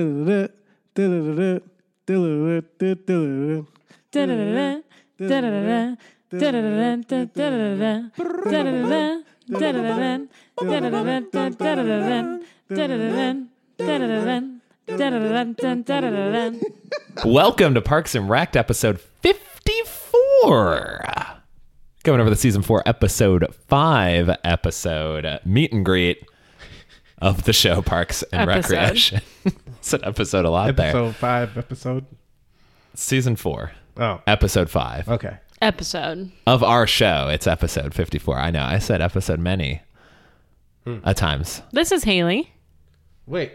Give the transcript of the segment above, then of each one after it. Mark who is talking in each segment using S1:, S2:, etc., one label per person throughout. S1: Da-da-da, da-da-da-da, da-da-da-da, da-da-da-da.
S2: Da-da-da-da, da-da-da-da, da-da-da-da, da-da-da-da, da-da-da-da, da-da-da-da, da-da-da-da, da-da-da-da, da-da-da-da, da-da-da-da, da-da-da-da, da-da-da-da.
S3: Welcome to Parks and Racked episode 54. Coming over the season four, episode five, episode uh, meet and greet of the show Parks and
S2: Episode.
S3: Recreation. it's an episode a lot there.
S1: Episode five, episode.
S3: Season four,
S1: Oh,
S3: episode five
S1: okay.
S2: Episode.
S3: of our show. It's episode 54. I know I said episode many
S1: Hmm.
S3: a times.
S2: This is Haley.
S1: Wait,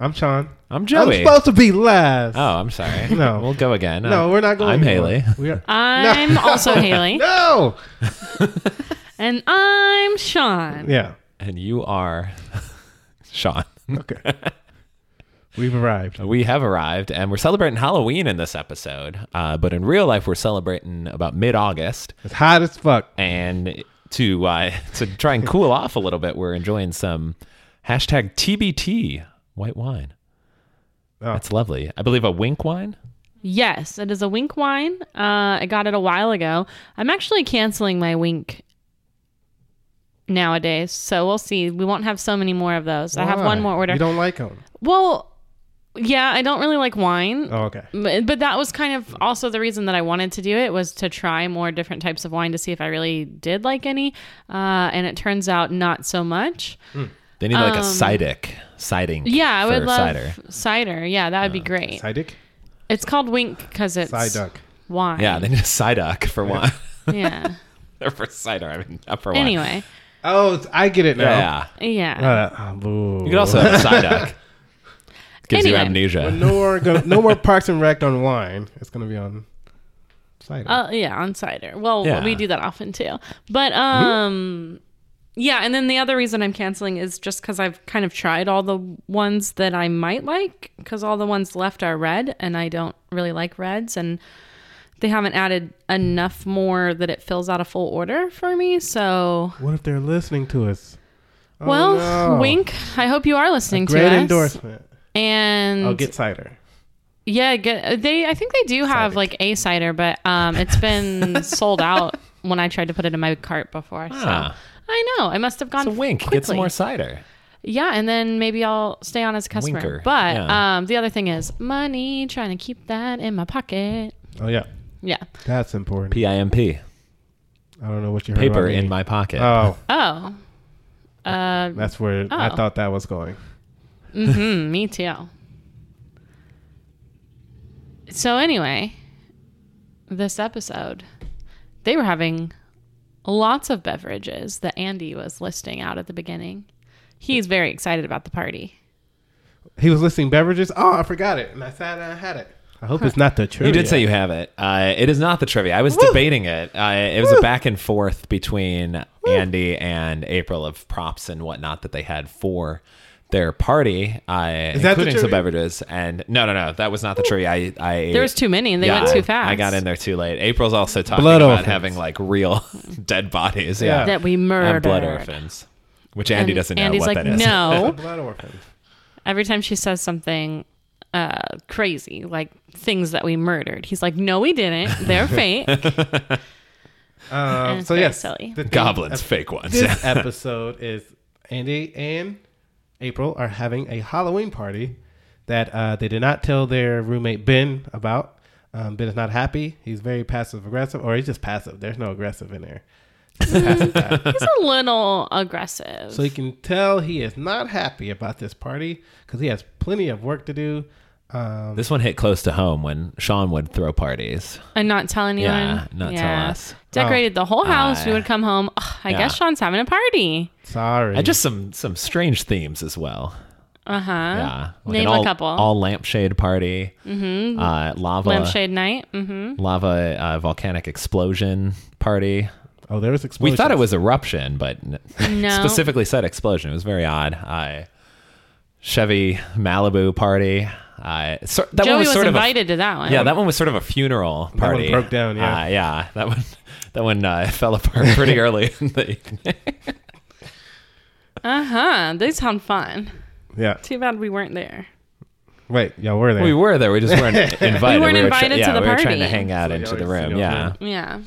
S1: I'm Sean.
S3: I'm
S1: I'm
S3: Joey.
S1: supposed to be last.
S3: oh, I'm sorry.
S1: No.
S3: We'll go again.
S1: no, we're not going.
S3: I'm
S1: anywhere.
S3: Haley.
S1: We are-
S2: I'm also Haley.
S1: no.
S2: And I'm Sean.
S1: Yeah.
S3: And you are Sean.
S1: Okay. We've arrived.
S3: We have arrived, and we're celebrating Halloween in this episode. Uh, but in real life, we're celebrating about mid-August,
S1: It's hot as fuck.
S3: and to uh, to try and cool off a little bit, we're enjoying some hashtag TBT white wine.
S1: Oh.
S3: That's lovely. I believe a wink wine.
S2: Yes, it is a wink wine. Uh, I got it a while ago. I'm actually canceling my wink nowadays, so we'll see. We won't have so many more of those. I have
S1: Why?
S2: one more order.
S1: You don't like them.
S2: Well, yeah, I don't really like wine.
S1: Oh, okay.
S2: But but that was kind of also the reason that I wanted to do it was to try more different types of wine to see if I really did like any. Uh, and it turns out not so much.
S3: They need like a cidic siding.
S2: Um, Yeah, I would
S3: for
S2: love
S3: cider.
S2: cider. Yeah, that would be great.
S1: Sidic?
S2: It's called wink because it's
S1: Siduck.
S2: wine.
S3: Yeah, they need a cidoc for wine.
S2: yeah.
S3: Or for cider, I mean, not for wine.
S2: anyway,
S1: Oh, it's- I get it now.
S3: yeah.
S2: yeah.
S1: Uh,
S3: You could also have a cidoc. Gives you
S2: Anyway.
S3: amnesia.
S1: no more go, no more Parks and Rec on wine. It's gonna be on cider.
S2: Uh, yeah, on cider. Well,
S3: Yeah.
S2: we do that often too. But um, yeah, and then the other reason I'm canceling is just because I've kind of tried all the ones that I might like, because all the ones left are red, and I don't really like reds, and they haven't added enough more that it fills out a full order for me. So,
S1: what if they're listening to us? Oh,
S2: well,
S1: no.
S2: wink. I hope you are listening
S1: Great
S2: to us.
S1: endorsement.
S2: And
S1: I'll get cider.
S2: Yeah, get, uh, they. I think they do have like a cider, but um, it's been sold out when I tried to put it in my cart before. So
S3: Ah.
S2: I know I must have gone.
S3: It's a wink.
S2: Quickly.
S3: Get some more cider.
S2: Yeah, and then maybe I'll stay on as a customer.
S3: Winker,
S2: But
S3: yeah.
S2: um, the other thing is money. Trying to keep that in my pocket.
S1: Oh yeah,
S2: Yeah.
S1: that's important.
S3: P I M P.
S1: I don't know what you heard
S3: Paper
S1: about me.
S3: in my pocket.
S1: Oh,
S2: Oh. Uh,
S1: that's where I
S2: Oh.
S1: thought that was going.
S2: hmm me too. So anyway, this episode, they were having lots of beverages that Andy was listing out at the beginning. He's very excited about the party.
S1: He was listing beverages. Oh, I forgot it, and I said I had it. I hope it's not the trivia.
S3: You did say you have it. Uh, it is not the trivia. I was debating it. Uh, it was a back and forth between Andy and April of props and whatnot that they had for their party, uh,
S1: that the
S3: including some
S1: trivia?
S3: beverages. And no, no, no, that was not the trivia. I, I
S2: There was too many and they
S3: yeah,
S2: went too
S3: I-
S2: fast.
S3: I got in there too late. April's also talking
S1: Blood
S3: about
S1: orphans.
S3: having like real dead bodies. Yeah,
S1: Yeah.
S2: that we
S3: and
S2: murdered.
S3: blood orphans, which Andy
S2: And
S3: doesn't know
S2: Andy's
S3: what
S2: like,
S3: that is.
S2: no.
S1: blood orphans.
S2: Every time she says something uh, crazy, like things that we murdered, he's like, no, we didn't. They're fake.
S1: Um,
S2: it's
S1: so
S2: very
S1: yes,
S2: silly.
S1: the theme
S3: Goblins,
S1: of
S3: fake ones.
S1: This episode is Andy and April are having a Halloween party that uh, they did not tell their roommate Ben about. Um, ben is not happy. He's very passive aggressive, or he's just passive. There's no aggressive in there. He's a passive guy.
S2: He's a little aggressive.
S1: So you can tell he is not happy about this party because he has plenty of work to do. Um,
S3: This one hit close to home when Sean would throw parties.
S2: And not tell anyone.
S3: Yeah, not tell us.
S2: Decorated the whole house. we
S3: I-
S2: would come home. Ugh, I
S3: Yeah.
S2: guess Sean's having a party.
S1: sorry,
S3: And just some some strange themes as well.
S2: Uh huh.
S3: Yeah,
S2: Name
S3: an
S2: a
S3: all,
S2: couple.
S3: All uh, lampshade party. Mm-hmm. Uh, lava
S2: Lampshade night. Mm-hmm.
S3: lava uh, volcanic explosion party.
S1: oh, there was
S3: We
S1: explosions.
S3: thought it was eruption, but n-
S2: No.
S3: specifically said explosion. It was very odd. Uh, Chevy Malibu party. Uh, so, that
S2: Joey
S3: one
S2: was,
S3: was sort of a
S2: invited to that one.
S3: Yeah, that one was sort of a funeral
S1: one
S3: party.
S1: broke down, yeah.
S3: uh, yeah. That one, that one uh, fell apart pretty early in the evening.
S2: Uh huh. They sound fun.
S1: yeah.
S2: Too bad we weren't there.
S1: Wait, y'all were there.
S3: We were there. We just weren't invited.
S2: We weren't
S3: were
S2: invited to
S3: yeah,
S2: the
S3: we were trying
S2: party.
S3: to hang out
S1: So
S3: into
S1: y'all
S3: the
S1: were- so
S3: room.
S1: y'all
S3: Yeah.
S2: Yeah.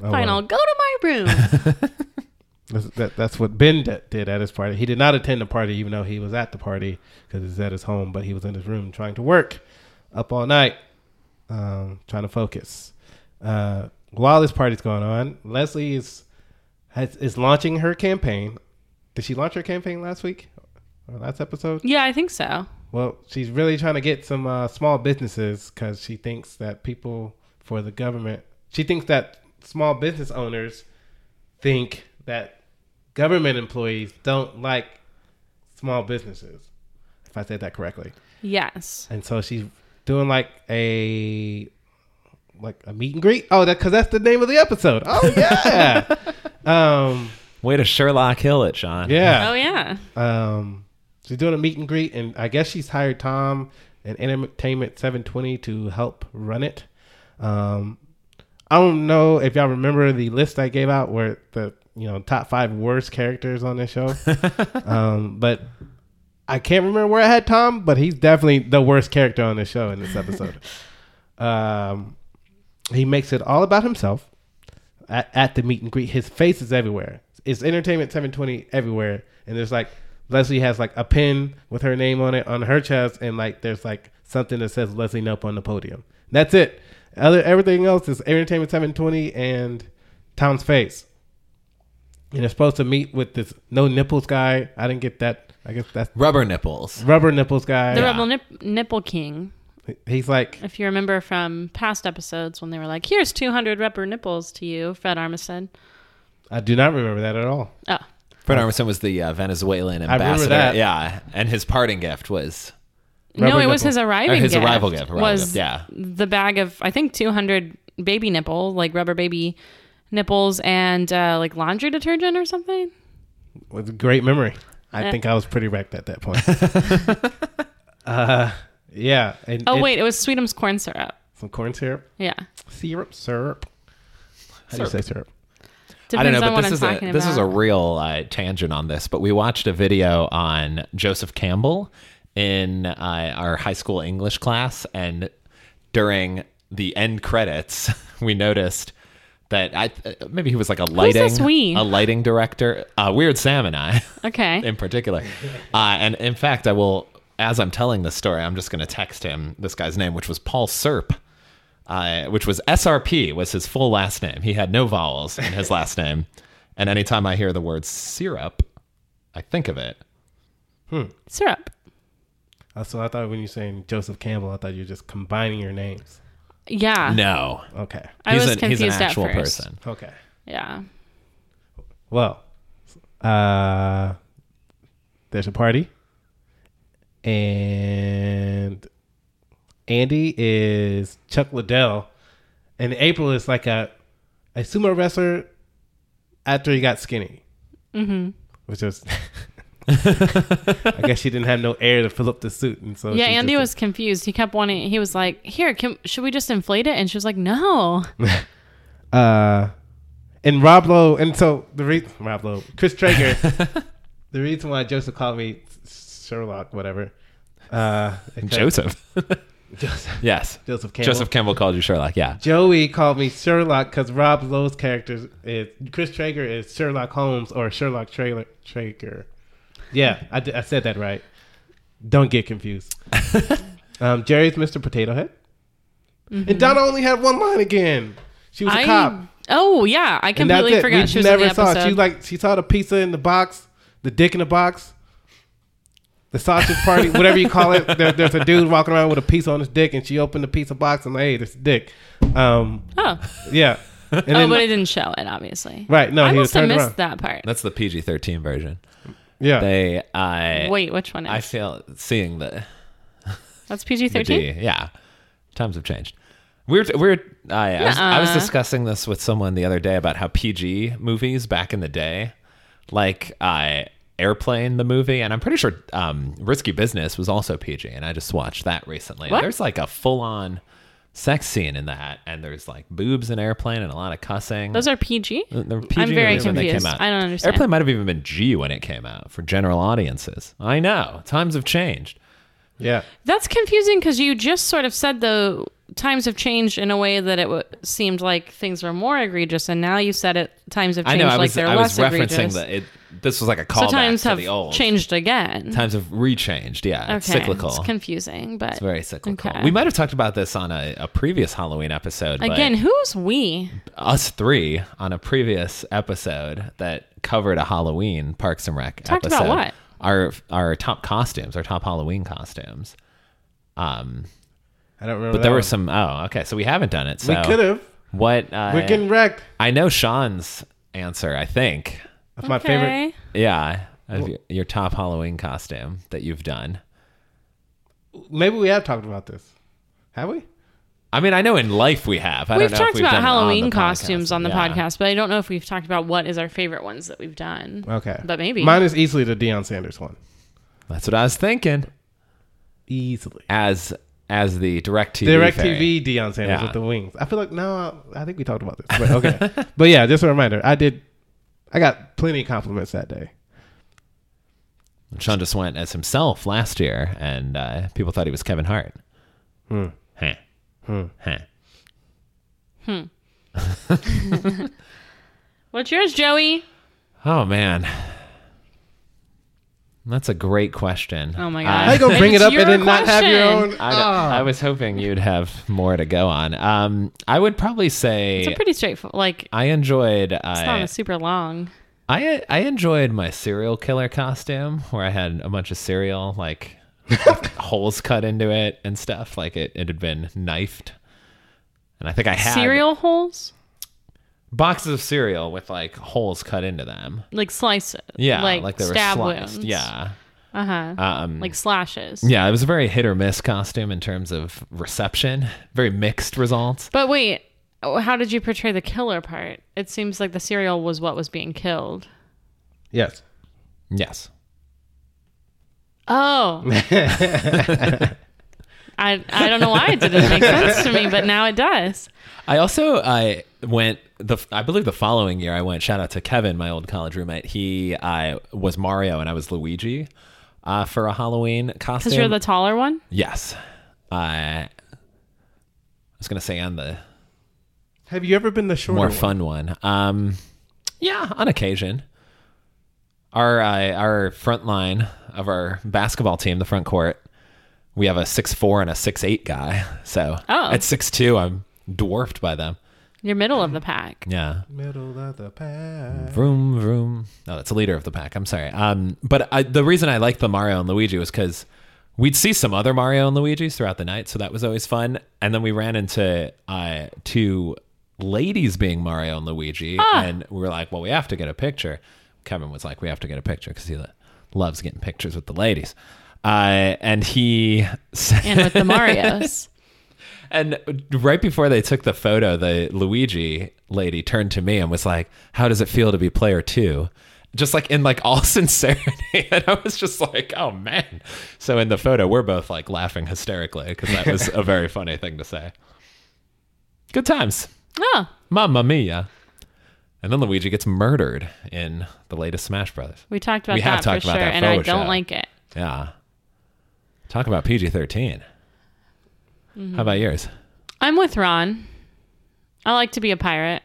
S1: Oh,
S2: Fine, I'll
S1: well.
S2: go to my room.
S1: That's- that- that's what Ben d- did at his party. He did not attend the party, even though he was at the party because he's at his home, but he was in his room trying to work up all night, um, trying to focus. Uh, while this party's going on, Leslie is has, is launching her campaign. Did she launch her campaign last week or last episode?
S2: yeah, I think so.
S1: Well, she's really trying to get some uh, small businesses because she thinks that people for the government, she thinks that small business owners think that government employees don't like small businesses, if I said that correctly.
S2: Yes.
S1: And so she's doing like a like a meet and greet. Oh, that because that's the name of the episode. Oh yeah, um,
S3: Way to Sherlock Hill it, Sean.
S1: yeah.
S2: Oh yeah.
S1: Um, she's doing a meet and greet, and I guess she's hired Tom and Entertainment 720 to help run it. Um, I don't know if y'all remember the list I gave out where the you know top five worst characters on this show, um, but I can't remember where I had Tom, but he's definitely the worst character on this show in this episode. um, he makes it all about himself at, at the meet and greet. His face is everywhere. It's entertainment 720 everywhere. And there's like Leslie has like a pin with her name on it on her chest, and like there's like something that says Leslie Nope on the podium. That's it. Other everything else is entertainment 720 and Tom's face. And they're supposed to meet with this no nipples guy. I didn't get that. I guess that's
S3: Rubber nipples.
S1: rubber nipples guy.
S2: The Rebel nip- Nipple King.
S1: He's like
S2: If you remember from past episodes when they were like, here's 200 rubber nipples to you, Fred Armisen.
S1: I do not remember that at all.
S2: Oh,
S3: Fred Armisen was the uh, Venezuelan
S1: remember
S3: ambassador.
S1: that.
S3: Yeah. And his parting gift was
S2: no,
S1: Rubber
S2: it was
S1: nipple.
S2: his arriving
S3: or his
S2: gift.
S3: arrival gift. Arrival
S2: was
S3: gift. Yeah.
S2: the bag of, I think, 200 baby nipple, like rubber baby nipples and uh, like laundry detergent or something.
S1: with great memory. I
S2: Eh.
S1: think I was pretty wrecked at that point. uh, yeah. And
S2: Oh,
S1: it-
S2: wait, it was Sweetums corn syrup.
S1: some corn syrup,
S2: Yeah.
S1: syrup, syrup. How do you say syrup?
S2: Depends
S3: I don't know,
S2: on what
S3: but
S2: I'm
S3: this is
S2: talking
S3: a this is a
S2: about.
S3: real uh, tangent on this. But we watched a video on Joseph Campbell in uh, our high school English class, and during the end credits, we noticed that I uh, maybe he was like a lighting
S2: this we?
S3: a lighting director. Uh, Weird Sam and I.
S2: Okay.
S3: in particular. Uh, and in fact, I will, as I'm telling this story, I'm just going to text him this guy's name, which was Paul Serp, uh, which was SRP, was his full last name. He had no vowels in his last name. And anytime I hear the word syrup, I think of it.
S2: syrup.
S1: Uh, So I thought when you were saying Joseph Campbell, I thought you were just combining your names.
S2: Yeah.
S3: No.
S1: Okay.
S2: I was
S3: an,
S2: confused
S3: he's an actual
S2: at first.
S3: person.
S1: Okay.
S2: Yeah.
S1: Well, uh, there's a party, and Andy is Chuck Liddell, and April is like a a sumo wrestler after he got skinny, mm-hmm. which was. I guess she didn't have no air to fill up the suit, and so
S2: Yeah,
S1: she
S2: Andy
S1: just-
S2: was confused. He kept wanting. He was like, "Here, can, should we just inflate it?" And she was like, "No."
S1: uh, and Rob Lowe, and so the reason Rob Lowe, Chris Traeger, the reason why Joseph called me Sherlock, whatever, uh, because-
S3: Joseph.
S1: Joseph,
S3: yes.
S1: Joseph Campbell.
S3: Joseph Campbell called you Sherlock. Yeah.
S1: Joey called me Sherlock because Rob Lowe's character is Chris Traeger is Sherlock Holmes or Sherlock Trailer Traeger. Yeah, I, d- I said that right. Don't get confused. um, Jerry's Mr. Potato Head, and Donna only had one line again. She was a
S2: I
S1: cop.
S2: oh yeah, I
S1: And that's
S2: completely
S1: it.
S2: forgot
S1: We
S2: she was
S1: never
S2: in the
S1: saw.
S2: episode.
S1: it. She like she saw the pizza in the box, the dick in the box, the sausage party, whatever you call it. There, there's a dude walking around with a pizza on his dick, and she opened the pizza box and like, hey, there's a dick. Um,
S2: oh,
S1: yeah. And
S2: oh,
S1: then,
S2: but it didn't show it, obviously.
S1: right? No,
S2: I
S1: he was
S2: must have
S1: turned
S2: missed
S1: around.
S2: that part.
S3: That's the PG 13 version.
S2: Oh.
S1: Yeah.
S3: They, I,
S2: Wait, which one is?
S3: I feel seeing the,
S2: That's PG
S3: the
S2: thirteen.
S3: D. Yeah, times have changed. We were, we were uh, I, I, was, I was
S2: Nuh-uh.
S3: discussing this with someone the other day about how PG movies back in the day, like I Airplane the movie, and I'm pretty sure um, Risky Business was also PG, and I just watched that recently.
S2: What?
S3: And there's like a full on sex scene in that, and there's like boobs in Airplane and a lot of cussing.
S2: Those are PG.
S3: They were
S2: I'm very
S3: movies when they came
S2: confused.
S3: out.
S2: I don't understand.
S3: Airplane might have even been G when it came out for general audiences. I know times have changed.
S1: Yeah.
S2: That's confusing because you just sort of said the times have changed in a way that it w- seemed like things were more egregious, and now you said it times have
S3: I
S2: changed
S3: know. I
S2: like
S3: was
S2: they're
S3: I was
S2: less
S3: referencing
S2: egregious.
S3: that it. This was like a
S2: so
S3: callback
S2: times
S3: to
S2: have
S3: the old.
S2: changed again.
S3: Times have rechanged. Yeah, it's
S2: Okay.
S3: cyclical.
S2: It's confusing, but
S3: It's very cyclical.
S2: Okay.
S3: We might have talked about this on a, a previous Halloween episode. but
S2: again, who's we?
S3: us three on a previous episode that covered a Halloween Parks and Rec
S2: Talked about
S3: episode.
S2: what?
S3: Our our top costumes, our top Halloween costumes. Um,
S1: I don't remember.
S3: but there
S1: that
S3: were
S1: one.
S3: some. Oh, okay. So we haven't done it. So
S1: We could have.
S3: What? Uh,
S1: We're getting wrecked.
S3: I know Sean's answer. I think.
S1: That's my favorite.
S2: Okay.
S3: Yeah. Of your, your top Halloween costume that you've done.
S1: Maybe we have talked about this. Have we?
S3: I mean, I know in life we have. I
S2: We've
S3: don't know if
S2: talked about
S3: done it on the
S2: Halloween
S3: podcast.
S2: costumes on the
S3: Yeah.
S2: podcast, but I don't know if we've talked about what is our favorite ones that we've done.
S1: Okay.
S2: But maybe.
S1: Mine is easily the Deion Sanders one.
S3: That's what I was thinking.
S1: Easily.
S3: As as the direct TV.
S1: Direct TV Deion Sanders
S3: Yeah.
S1: with the wings. I feel like no, I think we talked about this. But okay. but yeah, just a reminder. I did. I got plenty of compliments that day.
S3: Sean just went as himself last year, and uh, people thought he was Kevin Hart. Hmm. Huh. Huh.
S2: What's yours, Joey?
S3: Oh man, that's a great question.
S2: Oh my
S3: I-
S2: god! Oh.
S1: How you gonna bring it
S2: It's
S1: up and
S2: your
S1: then not have your
S2: question.
S1: own?
S3: I, I was hoping you'd have more to go on. Um, I would probably say
S2: It's a pretty straightforward. Like it's
S3: I enjoyed.
S2: not
S3: I,
S2: a super long.
S3: I I enjoyed my serial killer costume where I had a bunch of cereal like holes cut into it and stuff. Like it, it had been knifed, and I think I had
S2: Cereal holes,
S3: boxes of cereal with like holes cut into them.
S2: like slices.
S3: Yeah,
S2: like,
S3: like, they were
S2: stab
S3: sliced.
S2: wounds.
S3: Yeah,
S2: uh huh.
S3: um,
S2: like slashes.
S3: yeah. It was a very hit or miss costume in terms of reception. Very mixed results.
S2: But wait, oh, how did you portray the killer part? It seems like the cereal was what was being killed.
S1: Yes.
S3: Yes.
S2: Oh. I, I don't know why it didn't make sense to me, but now it does.
S3: I also I went the I believe the following year I went shout out to Kevin my old college roommate he I was Mario and I was Luigi uh, for a Halloween costume
S2: Because you're the taller one?
S3: yes I I was gonna say on the
S1: Have you ever been the shorter
S3: more
S1: one?
S3: fun one um yeah on occasion our uh, our front line of our basketball team the front court we have a six four and a six eight guy so
S2: Oh.
S3: at six two I'm dwarfed by them
S2: You're middle of the pack.
S3: yeah
S1: Middle of the pack.
S3: Vroom vroom. No, that's a leader of the pack. I'm sorry. Um, but I, the reason I liked the Mario and Luigi was because we'd see some other Mario and Luigi's throughout the night, so that was always fun. And then we ran into uh, two ladies being Mario and Luigi, and we were like, "Well, we have to get a picture." Kevin was like, "We have to get a picture" because he lo- loves getting pictures with the ladies. Uh, and he said,
S2: And with the Marios.
S3: and right before they took the photo, the Luigi lady turned to me and was like, "How does it feel to be player two? Just like in like all sincerity, and I was just like, "Oh man!" So in the photo, we're both like laughing hysterically because that was a very funny thing to say. Good times,
S2: Oh,
S3: Mamma Mia! And then Luigi gets murdered in the latest Smash Brothers.
S2: we talked about
S3: We
S2: that
S3: have talked
S2: for
S3: about
S2: sure,
S3: that
S2: and I
S3: photo
S2: don't
S3: show.
S2: like it.
S3: Yeah, talk about PG 13
S2: Mm-hmm.
S3: How about yours?
S2: I'm with Ron. I like to be a pirate.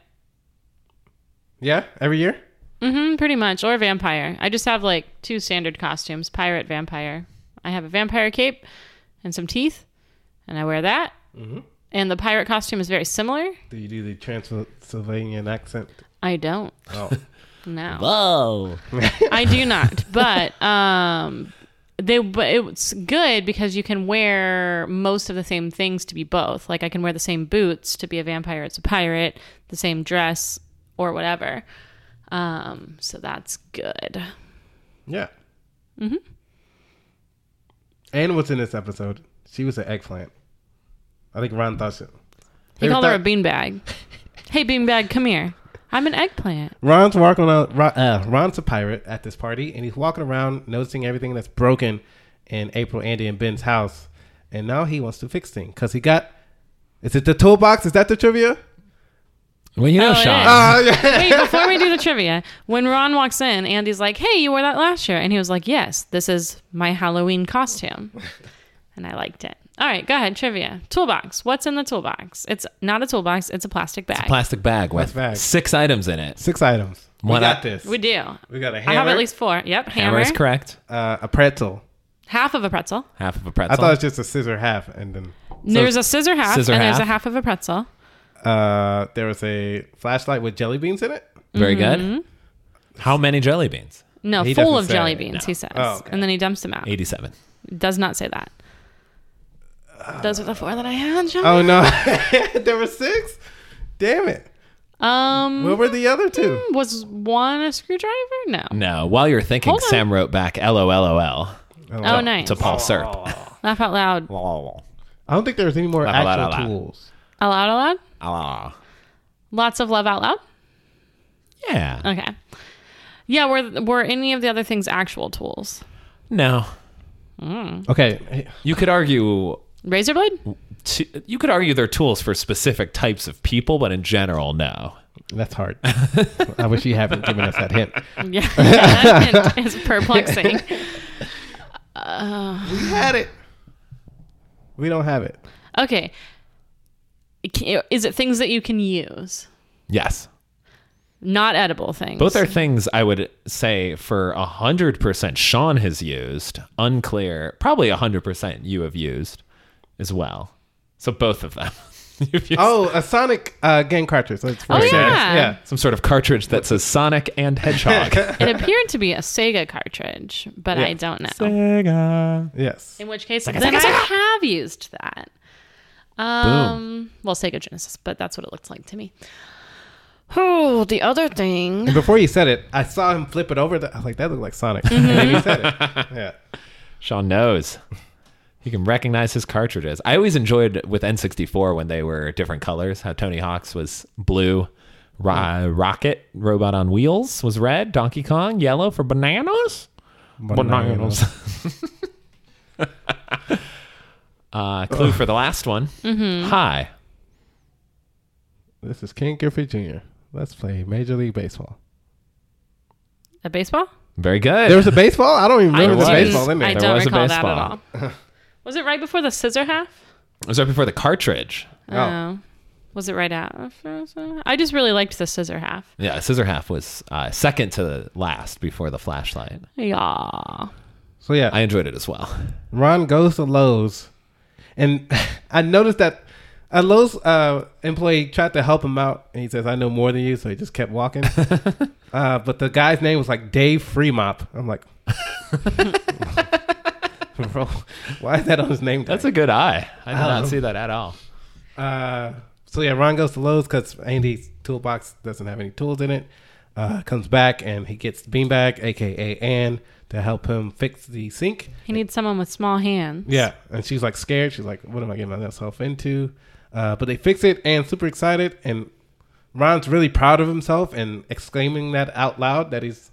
S1: Yeah, every year.
S2: Mm, pretty much. Or vampire. I just have like two standard costumes pirate, vampire. I have a vampire cape and some teeth, and I wear that. And the pirate costume is very similar.
S1: Do you do the Transylvanian accent?
S2: I don't.
S1: Oh,
S2: No.
S3: Whoa!
S2: I do not. But um, they but it's good because you can wear most of the same things to be both. Like I can wear the same boots to be a vampire. It's a pirate. The same dress or whatever. Um, so that's good.
S1: yeah. Mm-hmm. And what's in this episode? She was an eggplant. I think Ron thought so.
S2: He
S1: Favorite
S2: called her a
S1: thought-
S2: beanbag. hey, beanbag, come here. I'm an eggplant.
S1: Ron's walking on. Ron, uh, Ron's a pirate at this party, and he's walking around noticing everything that's broken in April, Andy, and Ben's house. And now he wants to fix things because he got. Is it the toolbox? Is that the trivia?
S3: Well, you know,
S2: Oh, it
S3: Sean.
S2: is.
S1: Uh,
S2: Wait, before we do the trivia, when Ron walks in, Andy's like, "Hey, you wore that last year," and he was like, "Yes, this is my Halloween costume." and I liked it. All right, go ahead. Trivia. Toolbox. What's in the toolbox? It's not a toolbox, it's a plastic bag.
S3: Plastic bag with
S1: Plastic bag.
S3: six items in it.
S1: Six items. We
S3: What
S1: got
S3: I-
S1: this.
S2: we
S1: We,
S2: do.
S1: got a hammer.
S2: I have at least four. Yep,
S3: Hammer
S2: hammer.
S3: is correct.
S1: uh, a pretzel.
S2: half of a pretzel.
S3: Half of a
S1: I
S3: pretzel.
S1: thought it was just a scissor half, and then
S2: there's a scissor half,
S3: scissor
S2: and there's a
S3: half.
S2: half of a pretzel.
S1: uh, there was a flashlight with jelly beans in it.
S3: Very
S2: Mm-hmm.
S3: good. How many jelly beans?
S2: No,
S1: He
S2: full
S1: doesn't
S2: of
S1: say
S2: jelly
S1: it,
S2: beans,
S3: no.
S2: he says.
S1: Oh, okay.
S2: And then he dumps them out.
S3: Eighty-seven.
S2: Does not say that. Those were the four that I had, John.
S1: Oh no, there were six. Damn it!
S2: Um,
S1: What were the other two?
S2: was one a screwdriver? No.
S3: No. While you're thinking,
S2: Hold on.
S3: Sam wrote back "LOLOL"
S2: Oh, nice.
S3: to Paul Serp.
S2: Laugh out loud.
S1: I don't think there was any more
S3: la, la, la,
S1: actual
S3: la.
S1: tools.
S2: Aloud, aloud.
S3: Ah.
S2: Lots of love out loud.
S3: Yeah.
S2: Okay. Yeah, were were any of the other things actual tools?
S3: No.
S1: Okay,
S3: You could argue.
S2: Razor blade?
S3: T- you could argue they're tools for specific types of people, but in general, no.
S1: that's hard. I wish you hadn't given us that hint.
S2: Yeah, that hint is perplexing.
S1: We had it. We don't have it.
S2: Okay. Can- Is it things that you can use?
S3: Yes.
S2: Not edible things.
S3: Both are things I would say for 100% Sean has used. Unclear. Probably 100% you have used as well. So both of them. You've used
S1: Oh, a Sonic uh, game cartridge. That's
S2: Oh,
S1: very serious.
S2: yeah.
S1: yeah.
S3: some sort of cartridge that says Sonic and Hedgehog.
S2: It appeared to be a Sega cartridge, but I
S1: Yeah.
S2: don't know.
S3: Sega.
S1: Yes.
S2: In which case, then I have used that. Um, well, Sega Genesis, but that's what it looked like to me. Oh, the other thing.
S1: And before you said it, I saw him flip it over. The, I was like, that looked like Sonic.
S2: Mm-hmm.
S1: And then you said it. Yeah.
S3: Sean knows. He can recognize his cartridges. I always enjoyed with N64 when they were different colors, how Tony Hawk's was blue, Ro- uh, Rocket, Robot on Wheels was red, Donkey Kong, yellow for bananas. Bananas. uh, clue for the last one. Hi.
S1: This is King Griffey Jr. Let's play Major League Baseball.
S2: A baseball?
S3: Very good.
S1: There was a baseball? I don't even remember the
S3: was.
S1: baseball in
S2: I
S1: there.
S3: There
S2: don't
S3: was a
S2: recall that at
S3: baseball.
S2: all. Was it right before the scissor half?
S3: it was right before the cartridge.
S1: Oh.
S2: Oh. Was it right after? I just really liked the scissor half.
S3: Yeah, Scissor Half was uh, second to last before the flashlight.
S2: Yeah.
S1: So yeah,
S3: I enjoyed it as well.
S1: Ron goes to Lowe's, and I noticed that a Lowe's uh, employee tried to help him out, and he says, "I know more than you," so he just kept walking. uh, but the guy's name was like Dave Fremop. I'm like, bro, why is that on his name?
S3: That's a good eye. Um, I did
S1: Oh.
S3: not see that at all.
S1: Uh, so yeah, Ron goes to Lowe's because Andy's toolbox doesn't have any tools in it. Uh, comes back and he gets Beanbag, aka Ann, to help him fix the sink.
S2: He needs someone with small hands.
S1: Yeah, and she's like scared. She's like, "What am I getting myself into?" Uh, but they fix it, and super excited, and Ron's really proud of himself and exclaiming that out loud that he's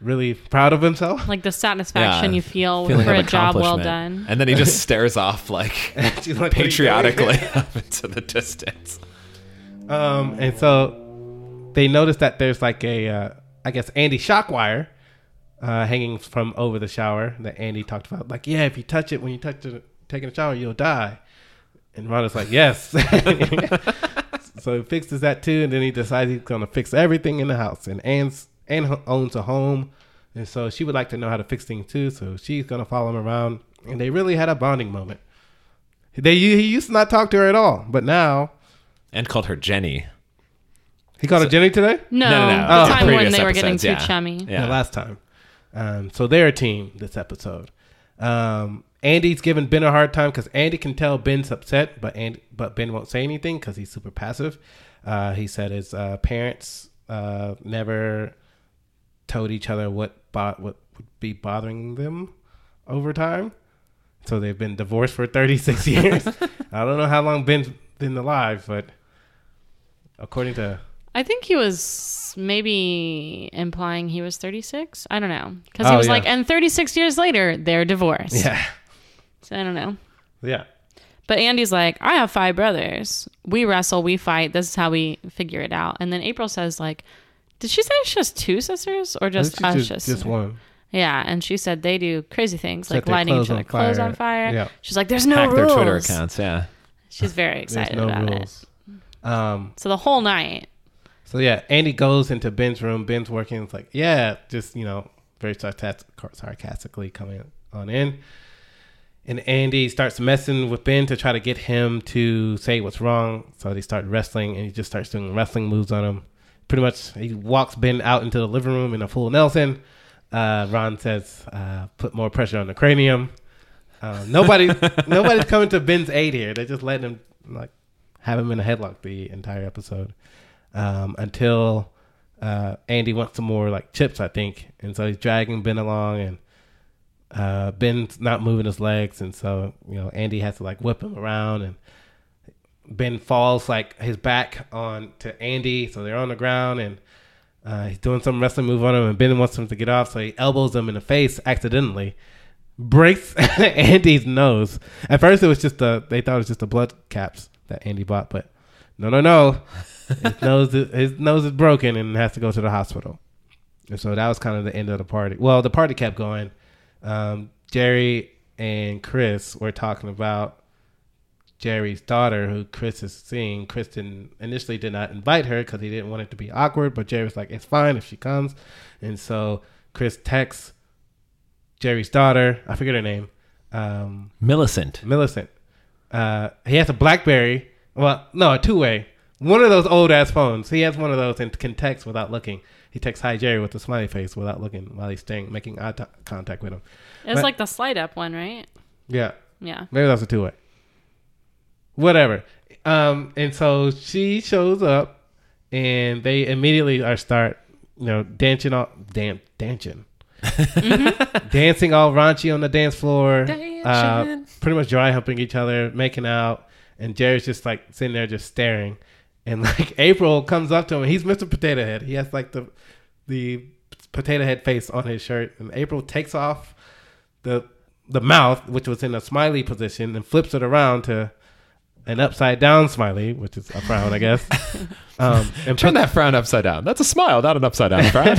S1: really proud of himself.
S2: Like the satisfaction
S3: Yeah.
S2: you feel
S3: Feeling
S2: for
S3: of
S2: a job well
S3: accomplishment.
S2: done.
S3: And then he just stares off like
S1: She's like, "What are you
S3: patriotically up into the distance.
S1: doing?" Um, and so they notice that there's like a, uh, I guess, Andy shock wire uh, hanging from over the shower that Andy talked about. Like, yeah, if you touch it when you touch it, taking a shower, you'll die. And Ron is like, yes. so he fixes that too, and then he decides he's gonna fix everything in the house. And Anne's Anne ho- owns a home, and so she would like to know how to fix things too. So she's gonna follow him around, and they really had a bonding moment. They he used to not talk to her at all, but now
S3: And called her Jenny.
S1: he called her Jenny today.
S2: No,
S3: No, no, no.
S2: the
S3: Oh.
S2: time when
S3: Previous
S2: they were getting
S3: episodes,
S2: too
S3: yeah.
S2: chummy.
S3: Yeah.
S1: the last time. Um, so they're a team this episode. Um, Andy's giving Ben a hard time because Andy can tell Ben's upset, but Andy, but Ben won't say anything because he's super passive. Uh, he said his uh, parents uh, never told each other what bo- what would be bothering them over time. So they've been divorced for 36 years. I don't know how long Ben's been alive, but according to
S2: I think he was maybe implying he was 36. I don't know. Because he
S1: Oh,
S2: was
S1: yeah.
S2: like, and 36 years later, they're divorced.
S1: yeah,
S2: So I don't know.
S1: yeah,
S2: But Andy's like, I have five brothers. We wrestle, we fight. This is how we figure it out. And then April says, like, did she say it's just two sisters or just
S1: I
S2: us
S1: think she's
S2: just,
S1: just one.
S2: Yeah, and she said they do crazy things like
S1: their
S2: lighting each
S1: clothes on
S2: other clothes
S1: fire.
S2: on fire.
S1: Yeah.
S2: She's like, "There's no
S3: Hack
S2: rules."
S3: their Twitter accounts. Yeah.
S2: She's very
S1: There's
S2: excited
S1: no
S2: about it.
S1: rules. Um,
S2: So the whole night,
S1: so yeah, Andy goes into Ben's room. Ben's working. It's like, yeah, just you know, very sarcastic, sarcastically coming on in. And Andy starts messing with Ben to try to get him to say what's wrong. So they start wrestling, and he just starts doing wrestling moves on him. Pretty much, he walks Ben out into the living room in a full Nelson. Uh, Ron says, uh, "Put more pressure on the cranium." Uh, nobody, nobody's coming to Ben's aid here. They're just letting him like have him in a headlock the entire episode um, until uh, Andy wants some more like chips, I think, and so he's dragging Ben along, and uh, Ben's not moving his legs, and so you know Andy has to like whip him around, and Ben falls like his back on to Andy, so they're on the ground, and uh, he's doing some wrestling move on him, and Ben wants him to get off, so he elbows him in the face accidentally. Breaks Andy's nose. At first, it was just a they thought it was just the blood caps that Andy bought, but no, no, no. His nose, is, his nose is broken and has to go to the hospital. And so that was kind of the end of the party. Well, the party kept going. Um, Jerry and Chris were talking about Jerry's daughter, who Chris is seeing. Chris didn't, initially did not invite her because he didn't want it to be awkward, but Jerry was like, it's fine if she comes. And so Chris texts Jerry's daughter, I forget her name, um,
S3: Millicent.
S1: Millicent. Uh, he has a BlackBerry. Well, no, a two-way. One of those old-ass phones. He has one of those and can text without looking. He texts "Hi Jerry" with a smiley face without looking while he's staring, making eye t- contact with him.
S2: it was
S1: But-
S2: like the slide up one, right?
S1: Yeah,
S2: Yeah.
S1: Maybe that's a two way. Whatever. Um, and so she shows up, and they immediately are start, you know, dancing all damn dancing, dancing all raunchy on the dance floor. Uh,
S2: Dancing.
S1: pretty much dry humping each other, making out, and Jerry's just like sitting there just staring, and like April comes up to him. He's Mr. Potato Head. He has like the the potato head face on his shirt, and April takes off the the mouth, which was in a smiley position, and flips it around to an upside down smiley, which is a frown, I guess. Um, and
S3: Turn
S1: put,
S3: that frown upside down. That's a smile, not an upside down frown.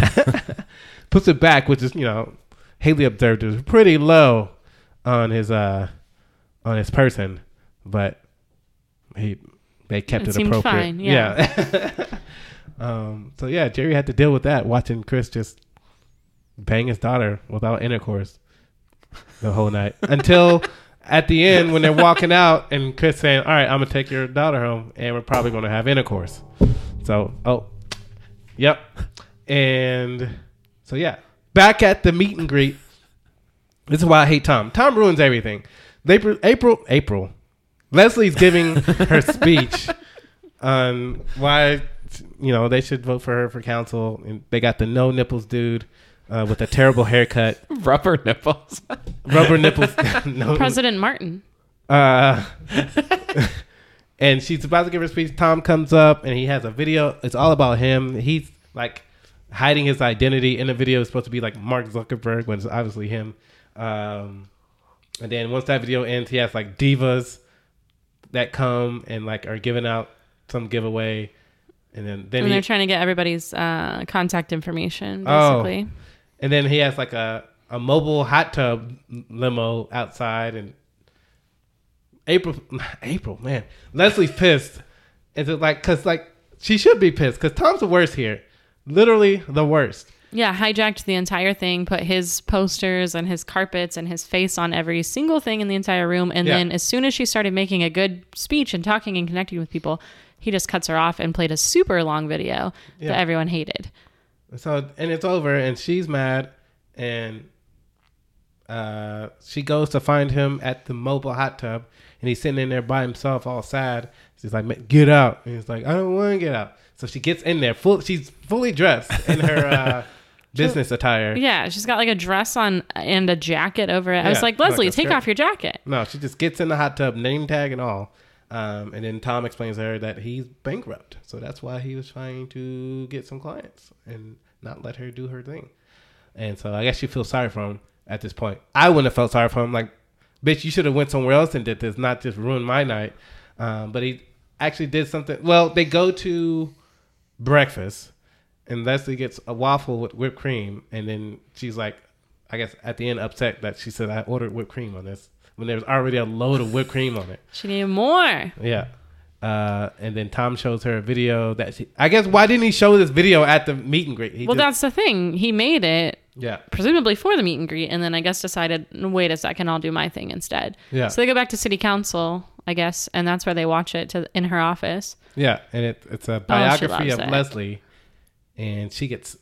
S1: puts it back, which is you know, Haley observed it was pretty low on his uh on his person, but he they kept
S2: It
S1: it,
S2: seemed
S1: appropriate.
S2: fine, yeah.
S1: Yeah. um. So yeah, Jerry had to deal with that, watching Chris just bang his daughter without intercourse. the whole night until at the end when they're walking out and Chris saying, "All right, I'm gonna take your daughter home and we're probably gonna have intercourse." So, oh, yep, and so yeah, back at the meet and greet. This is why I hate Tom. Tom ruins everything. They April April Leslie's giving her speech on why you know they should vote for her for council, and they got the no nipples dude uh, with a terrible haircut
S3: Rubber nipples.
S1: rubber nipples. no.
S2: President Martin.
S1: Uh, and she's about to give her speech. Tom comes up and he has a video. It's all about him. He's like hiding his identity in the video. It's supposed to be like Mark Zuckerberg, when it's obviously him. Um, and then once that video ends, he has like divas that come and like are giving out some giveaway. And then, then
S2: And
S1: he,
S2: they're trying to get everybody's uh, contact information,
S1: Oh.
S2: basically.
S1: And then he has like a, a mobile hot tub limo outside and April April, man. Leslie's pissed. Is it like cause like she should be pissed because Tom's the worst here. Literally the worst.
S2: Yeah, hijacked the entire thing, put his posters and his carpets and his face on every single thing in the entire room. And
S1: Yeah.
S2: then as soon as she started making a good speech and talking and connecting with people, he just cuts her off and played a super long video
S1: Yeah.
S2: that everyone hated.
S1: So and it's over, and she's mad, and uh, she goes to find him at the mobile hot tub, and he's sitting in there by himself, all sad. She's like, "Man, "Get out!" And he's like, "I don't want to get out." So she gets in there, full. She's fully dressed in her uh, business attire.
S2: Yeah, she's got like a dress on and a jacket over it. I
S1: Yeah,
S2: was like,
S1: like
S2: Leslie,
S1: a
S2: take
S1: skirt.
S2: off your jacket.
S1: No, she just gets in the hot tub, name tag and all. Um, and then Tom explains to her that he's bankrupt, so that's why he was trying to get some clients and not let her do her thing. And so I guess she feels sorry for him at this point. I wouldn't have felt sorry for him. Like, bitch, you should have went somewhere else and did this, not just ruin my night. Um, but he actually did something. Well, they go to breakfast, and Leslie gets a waffle with whipped cream, and then she's like, I guess at the end upset that she said I ordered whipped cream on this when there was already a load of whipped cream on it.
S2: She needed more.
S1: Yeah. Uh, and then Tom shows her a video that she, I guess why didn't he show this video at the meet and greet? He
S2: Well, that's
S1: just-
S2: the thing. He made it
S1: yeah,
S2: presumably for the meet and greet, and then I guess decided, wait a second, I'll do my thing instead.
S1: Yeah.
S2: So they go back to city council, I guess, and that's where they watch it to in her office.
S1: yeah, and it, it's a biography
S2: Oh, loves
S1: of
S2: it.
S1: Leslie, and she gets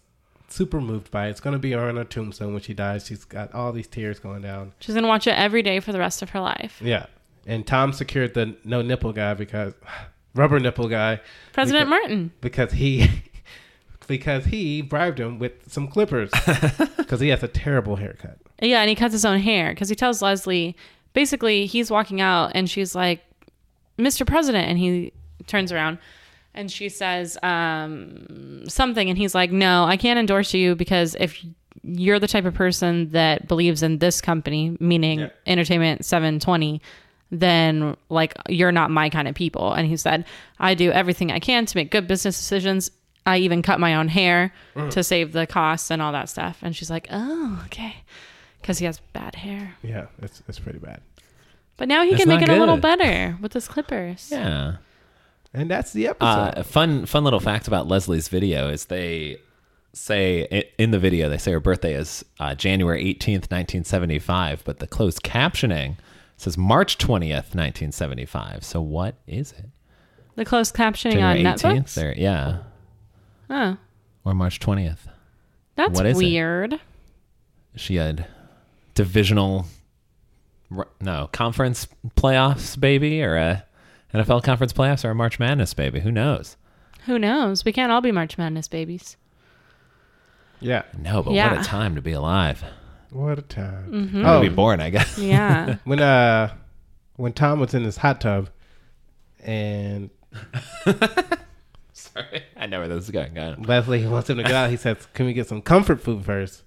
S1: super moved by it. It's gonna be on her tombstone when she dies. She's got all these tears going down.
S2: She's gonna watch it every day for the rest of her life.
S1: Yeah, and Tom secured the no nipple guy because rubber nipple guy
S2: President
S1: Because-
S2: Martin.
S1: because he because he bribed him with some clippers because he has a terrible haircut.
S2: Yeah, and he cuts his own hair because he tells Leslie basically he's walking out and she's like, Mr. President. And he turns around and she says um, something. And he's like, No, I can't endorse you because if you're the type of person that believes in this company, meaning
S1: Yeah.
S2: Entertainment 720, then like you're not my kind of people. And he said, I do everything I can to make good business decisions. I even cut my own hair to save the costs and all that stuff. And she's like, Oh, okay. Because he has bad hair.
S1: Yeah, it's it's pretty bad.
S2: But now he
S3: That's
S2: can make it
S3: not
S2: a little
S3: good.
S2: better with his clippers.
S3: Yeah.
S1: And that's the episode.
S3: Uh, a fun fun little fact about Leslie's video is they say i- in the video they say her birthday is uh, January 18th 1975 but the closed captioning says March 20th 1975 so what is it
S2: The closed captioning
S3: January
S2: on Netflix.
S3: there yeah
S2: Oh,
S3: or March 20th
S2: that's
S3: What is it?
S2: weird.
S3: she had divisional r- no conference playoffs baby or a NFL conference playoffs or a March Madness baby who knows
S2: Who knows? We can't all be March Madness babies.
S1: yeah,
S3: no but
S2: Yeah. Mm-hmm.
S3: what a time to be alive
S1: what a time.
S3: Or
S1: Oh,
S3: to be born I guess
S2: Yeah.
S1: when uh when Tom was in this hot tub and
S3: Sorry. I know where this is going. Go on.
S1: Leslie wants him to go out, he says, Can we get some comfort food first?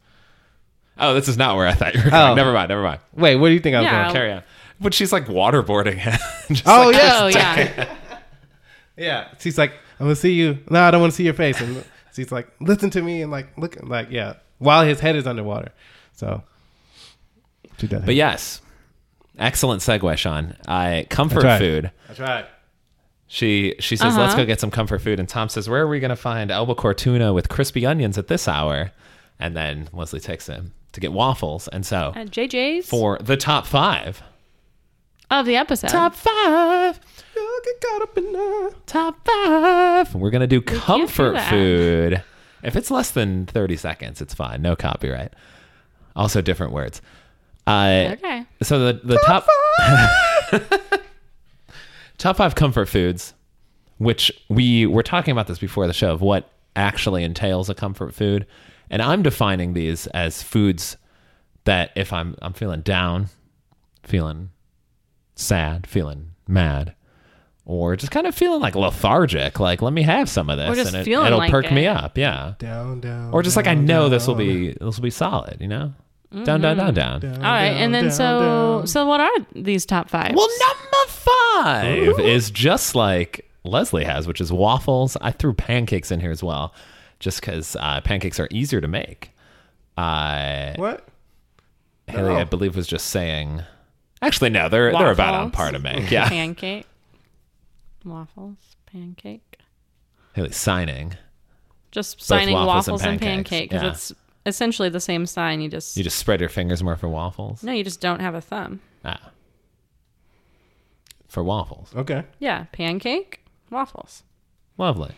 S3: Oh, this is not where I thought you were going.
S1: Oh.
S3: Never mind. Never mind.
S1: Wait, where do you think I was
S2: Yeah.
S1: going?
S3: Carry on. But she's like waterboarding him. Just
S1: Oh
S3: like-
S1: yeah.
S2: oh, yeah.
S1: Yeah. She's like, I'm gonna see you. No, I don't wanna see your face. And she's like, listen to me and like look like yeah. While his head is underwater. So she does
S3: But yes, excellent segue, Sean. I comfort
S1: tried.
S3: food.
S1: I tried.
S3: She she says, "Let's
S2: Uh-huh.
S3: go get some comfort food." And Tom says, "Where are we going to find albacore tuna with crispy onions at this hour?" And then Leslie takes him to get waffles. And so
S2: At JJ's
S3: for the top five,
S2: of the episode.
S3: five,
S1: Look, it got up in there.
S3: top five. We're gonna do comfort
S2: that.
S3: food. If it's less than thirty seconds, it's fine. No copyright. Also, different words. Uh,
S2: Okay.
S3: So the the top top five comfort foods, which we were talking about this before the show of what actually entails a comfort food, and I'm defining these as foods that if I'm I'm feeling down, feeling sad, feeling mad, or just kind of feeling like lethargic, like let me have some of this,
S2: Or just
S3: and
S2: feeling
S3: it'll
S2: like
S3: perk me
S2: it.
S3: up, yeah.
S1: Down, down.
S3: Or just like I know this will be this will be solid, you know, down, down, down, down.
S2: All right. and then so so what are these top five?
S3: Well, number five is just like Leslie has, which is waffles. I threw pancakes in here as well, just because uh, pancakes are easier to make. Uh,
S1: what?
S3: Haley, I
S1: No.
S3: believe, was just saying. Actually, no, they're they're about on
S2: Waffles.
S3: par to make. Yeah,
S2: pancake, waffles, pancake.
S3: Haley signing.
S2: Just signing
S3: waffles
S2: waffles,
S3: and
S2: and
S3: pancakes,
S2: pancake because
S3: yeah.
S2: it's essentially the same sign. You just,
S3: You just spread your fingers more for waffles.
S2: no, you just don't have a thumb.
S3: Ah. For waffles,
S1: Okay.
S2: Yeah, pancake, waffles,
S3: lovely.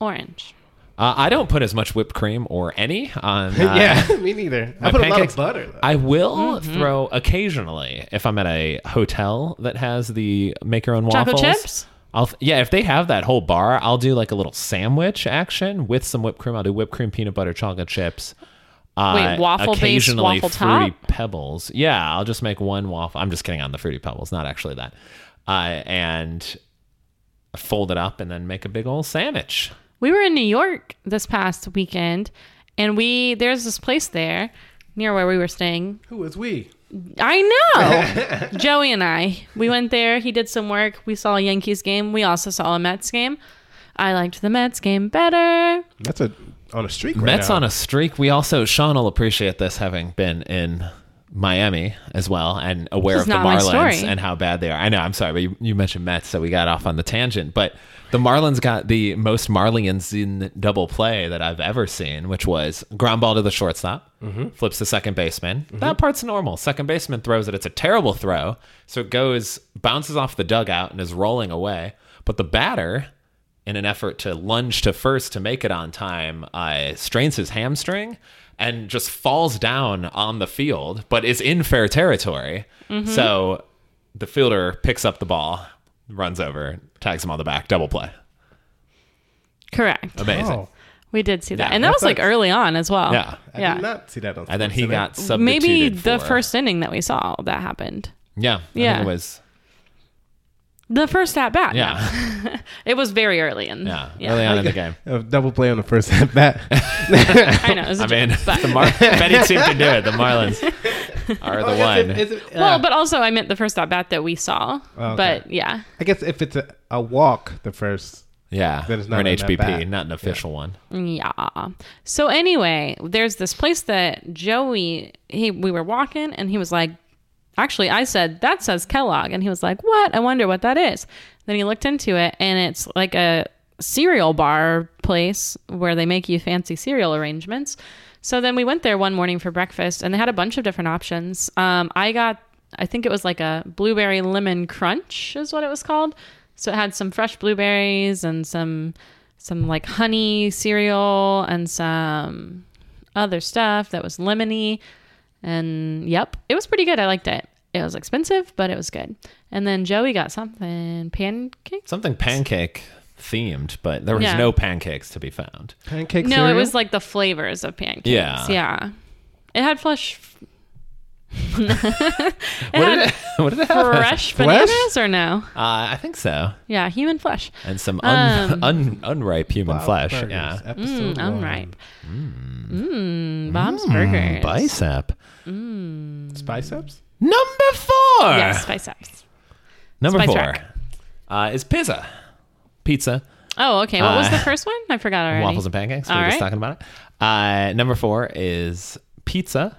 S2: orange.
S3: Uh, I don't put as much whipped cream or any on. Uh,
S1: yeah, me neither. I
S3: My
S1: put
S3: pancakes-
S1: a lot of butter. though.
S3: I will
S2: Mm-hmm.
S3: throw occasionally if I'm at a hotel that has the make your own
S2: Chocolate
S3: waffles.
S2: chips?
S3: I'll th- yeah, if they have that whole bar, I'll do like a little sandwich action with some whipped cream. I'll do whipped cream, peanut butter, chocolate chips. Uh,
S2: Wait, waffle-based
S3: occasionally
S2: waffle
S3: fruity
S2: top?
S3: pebbles. Yeah, I'll just make one waffle. I'm just kidding on the fruity pebbles, not actually that. Uh, and fold it up and then make a big old sandwich.
S2: We were in New York this past weekend, and we there's this place there near where we were staying.
S1: Who is we?
S2: I know. Joey and I, we went there. He did some work. We saw a Yankees game. We also saw a Mets game. I liked the Mets game better.
S1: That's a on a streak right
S3: Mets
S1: now.
S3: on a streak. We also Sean will appreciate this having been in Miami as well and aware
S2: This
S3: of
S2: is
S3: the
S2: not my
S3: Marlins
S2: story.
S3: and how bad they are. I know. I'm sorry, but you, you mentioned Mets, so we got off on the tangent. But the Marlins got the most Marlians in double play that I've ever seen, which was ground ball to the shortstop, flips the second baseman. That part's normal. Second baseman throws it. It's a terrible throw, so it goes bounces off the dugout and is rolling away. But the batter in an effort to lunge to first to make it on time, uh, strains his hamstring and just falls down on the field, but is in fair territory. So the fielder picks up the ball, runs over, tags him on the back, double play.
S2: Correct.
S3: Amazing.
S1: Oh,
S2: We did see that.
S3: Yeah.
S2: and that was like
S1: That's-
S2: early on as well.
S3: Yeah.
S1: I did
S2: Yeah.
S1: not see that on.
S3: And then
S1: Sports
S3: he
S1: Center.
S3: got substituted.
S2: Maybe the
S3: for-
S2: first inning that we saw that happened.
S3: Yeah. I think
S2: Yeah.
S3: it was.
S2: The first at bat.
S3: Yeah.
S2: It was very early in.
S3: Yeah. Early on in the game.
S1: a double play on the first at bat.
S2: I know. It was a
S3: I mean,
S2: joke, but-
S3: the Mar- if any team can do it, the Marlins are the
S1: I
S3: one.
S1: guess if- is it- uh,
S2: well, but also I meant the first at bat that we saw.
S1: okay.
S2: But yeah.
S1: I guess if it's a, a walk, the first.
S3: yeah.
S1: Then it's
S3: or
S1: not
S3: an
S1: that
S3: HBP,
S1: bad.
S3: not an official one.
S2: Yeah. So anyway, there's this place that Joey he we were walking and he was like actually I said that says Kellogg and he was like, "What? I wonder what that is." Then he looked into it and it's like a cereal bar place where they make you fancy cereal arrangements. So then we went there one morning for breakfast and they had a bunch of different options. Um, I got I think it was like a blueberry lemon crunch is what it was called. So it had some fresh blueberries and some some like honey cereal and some other stuff that was lemony. And yep, it was pretty good. I liked it. It was expensive, but it was good. And then Joey got something pancakes.
S3: Something pancake themed, but there was
S2: Yeah.
S3: no pancakes to be found.
S1: Pancake
S2: No,
S1: cereal?
S2: it was like the flavors of pancakes.
S3: Yeah.
S2: yeah. It had flesh. it
S3: What did
S2: had
S3: it, what did it have? Uh,
S2: fresh bananas or no?
S3: I think so.
S2: Yeah, human flesh.
S3: And some un,
S2: Um,
S3: un, unripe human
S1: Wild
S3: flesh.
S1: Burgers,
S3: Yeah.
S1: episode
S2: Mm, I'm
S1: one.
S2: ripe.
S3: Mm,
S2: Mmm, Bob's Burgers.
S3: Bicep.
S1: Biceps?
S3: Number four.
S2: Yes, biceps.
S3: Number
S2: Spice
S3: four
S2: rack.
S3: uh, is pizza. Pizza.
S2: Oh, okay. What was
S3: Uh,
S2: the first one? I forgot already.
S3: Waffles and pancakes. We
S2: All
S3: were just
S2: right.
S3: talking about it. Uh, number four is pizza.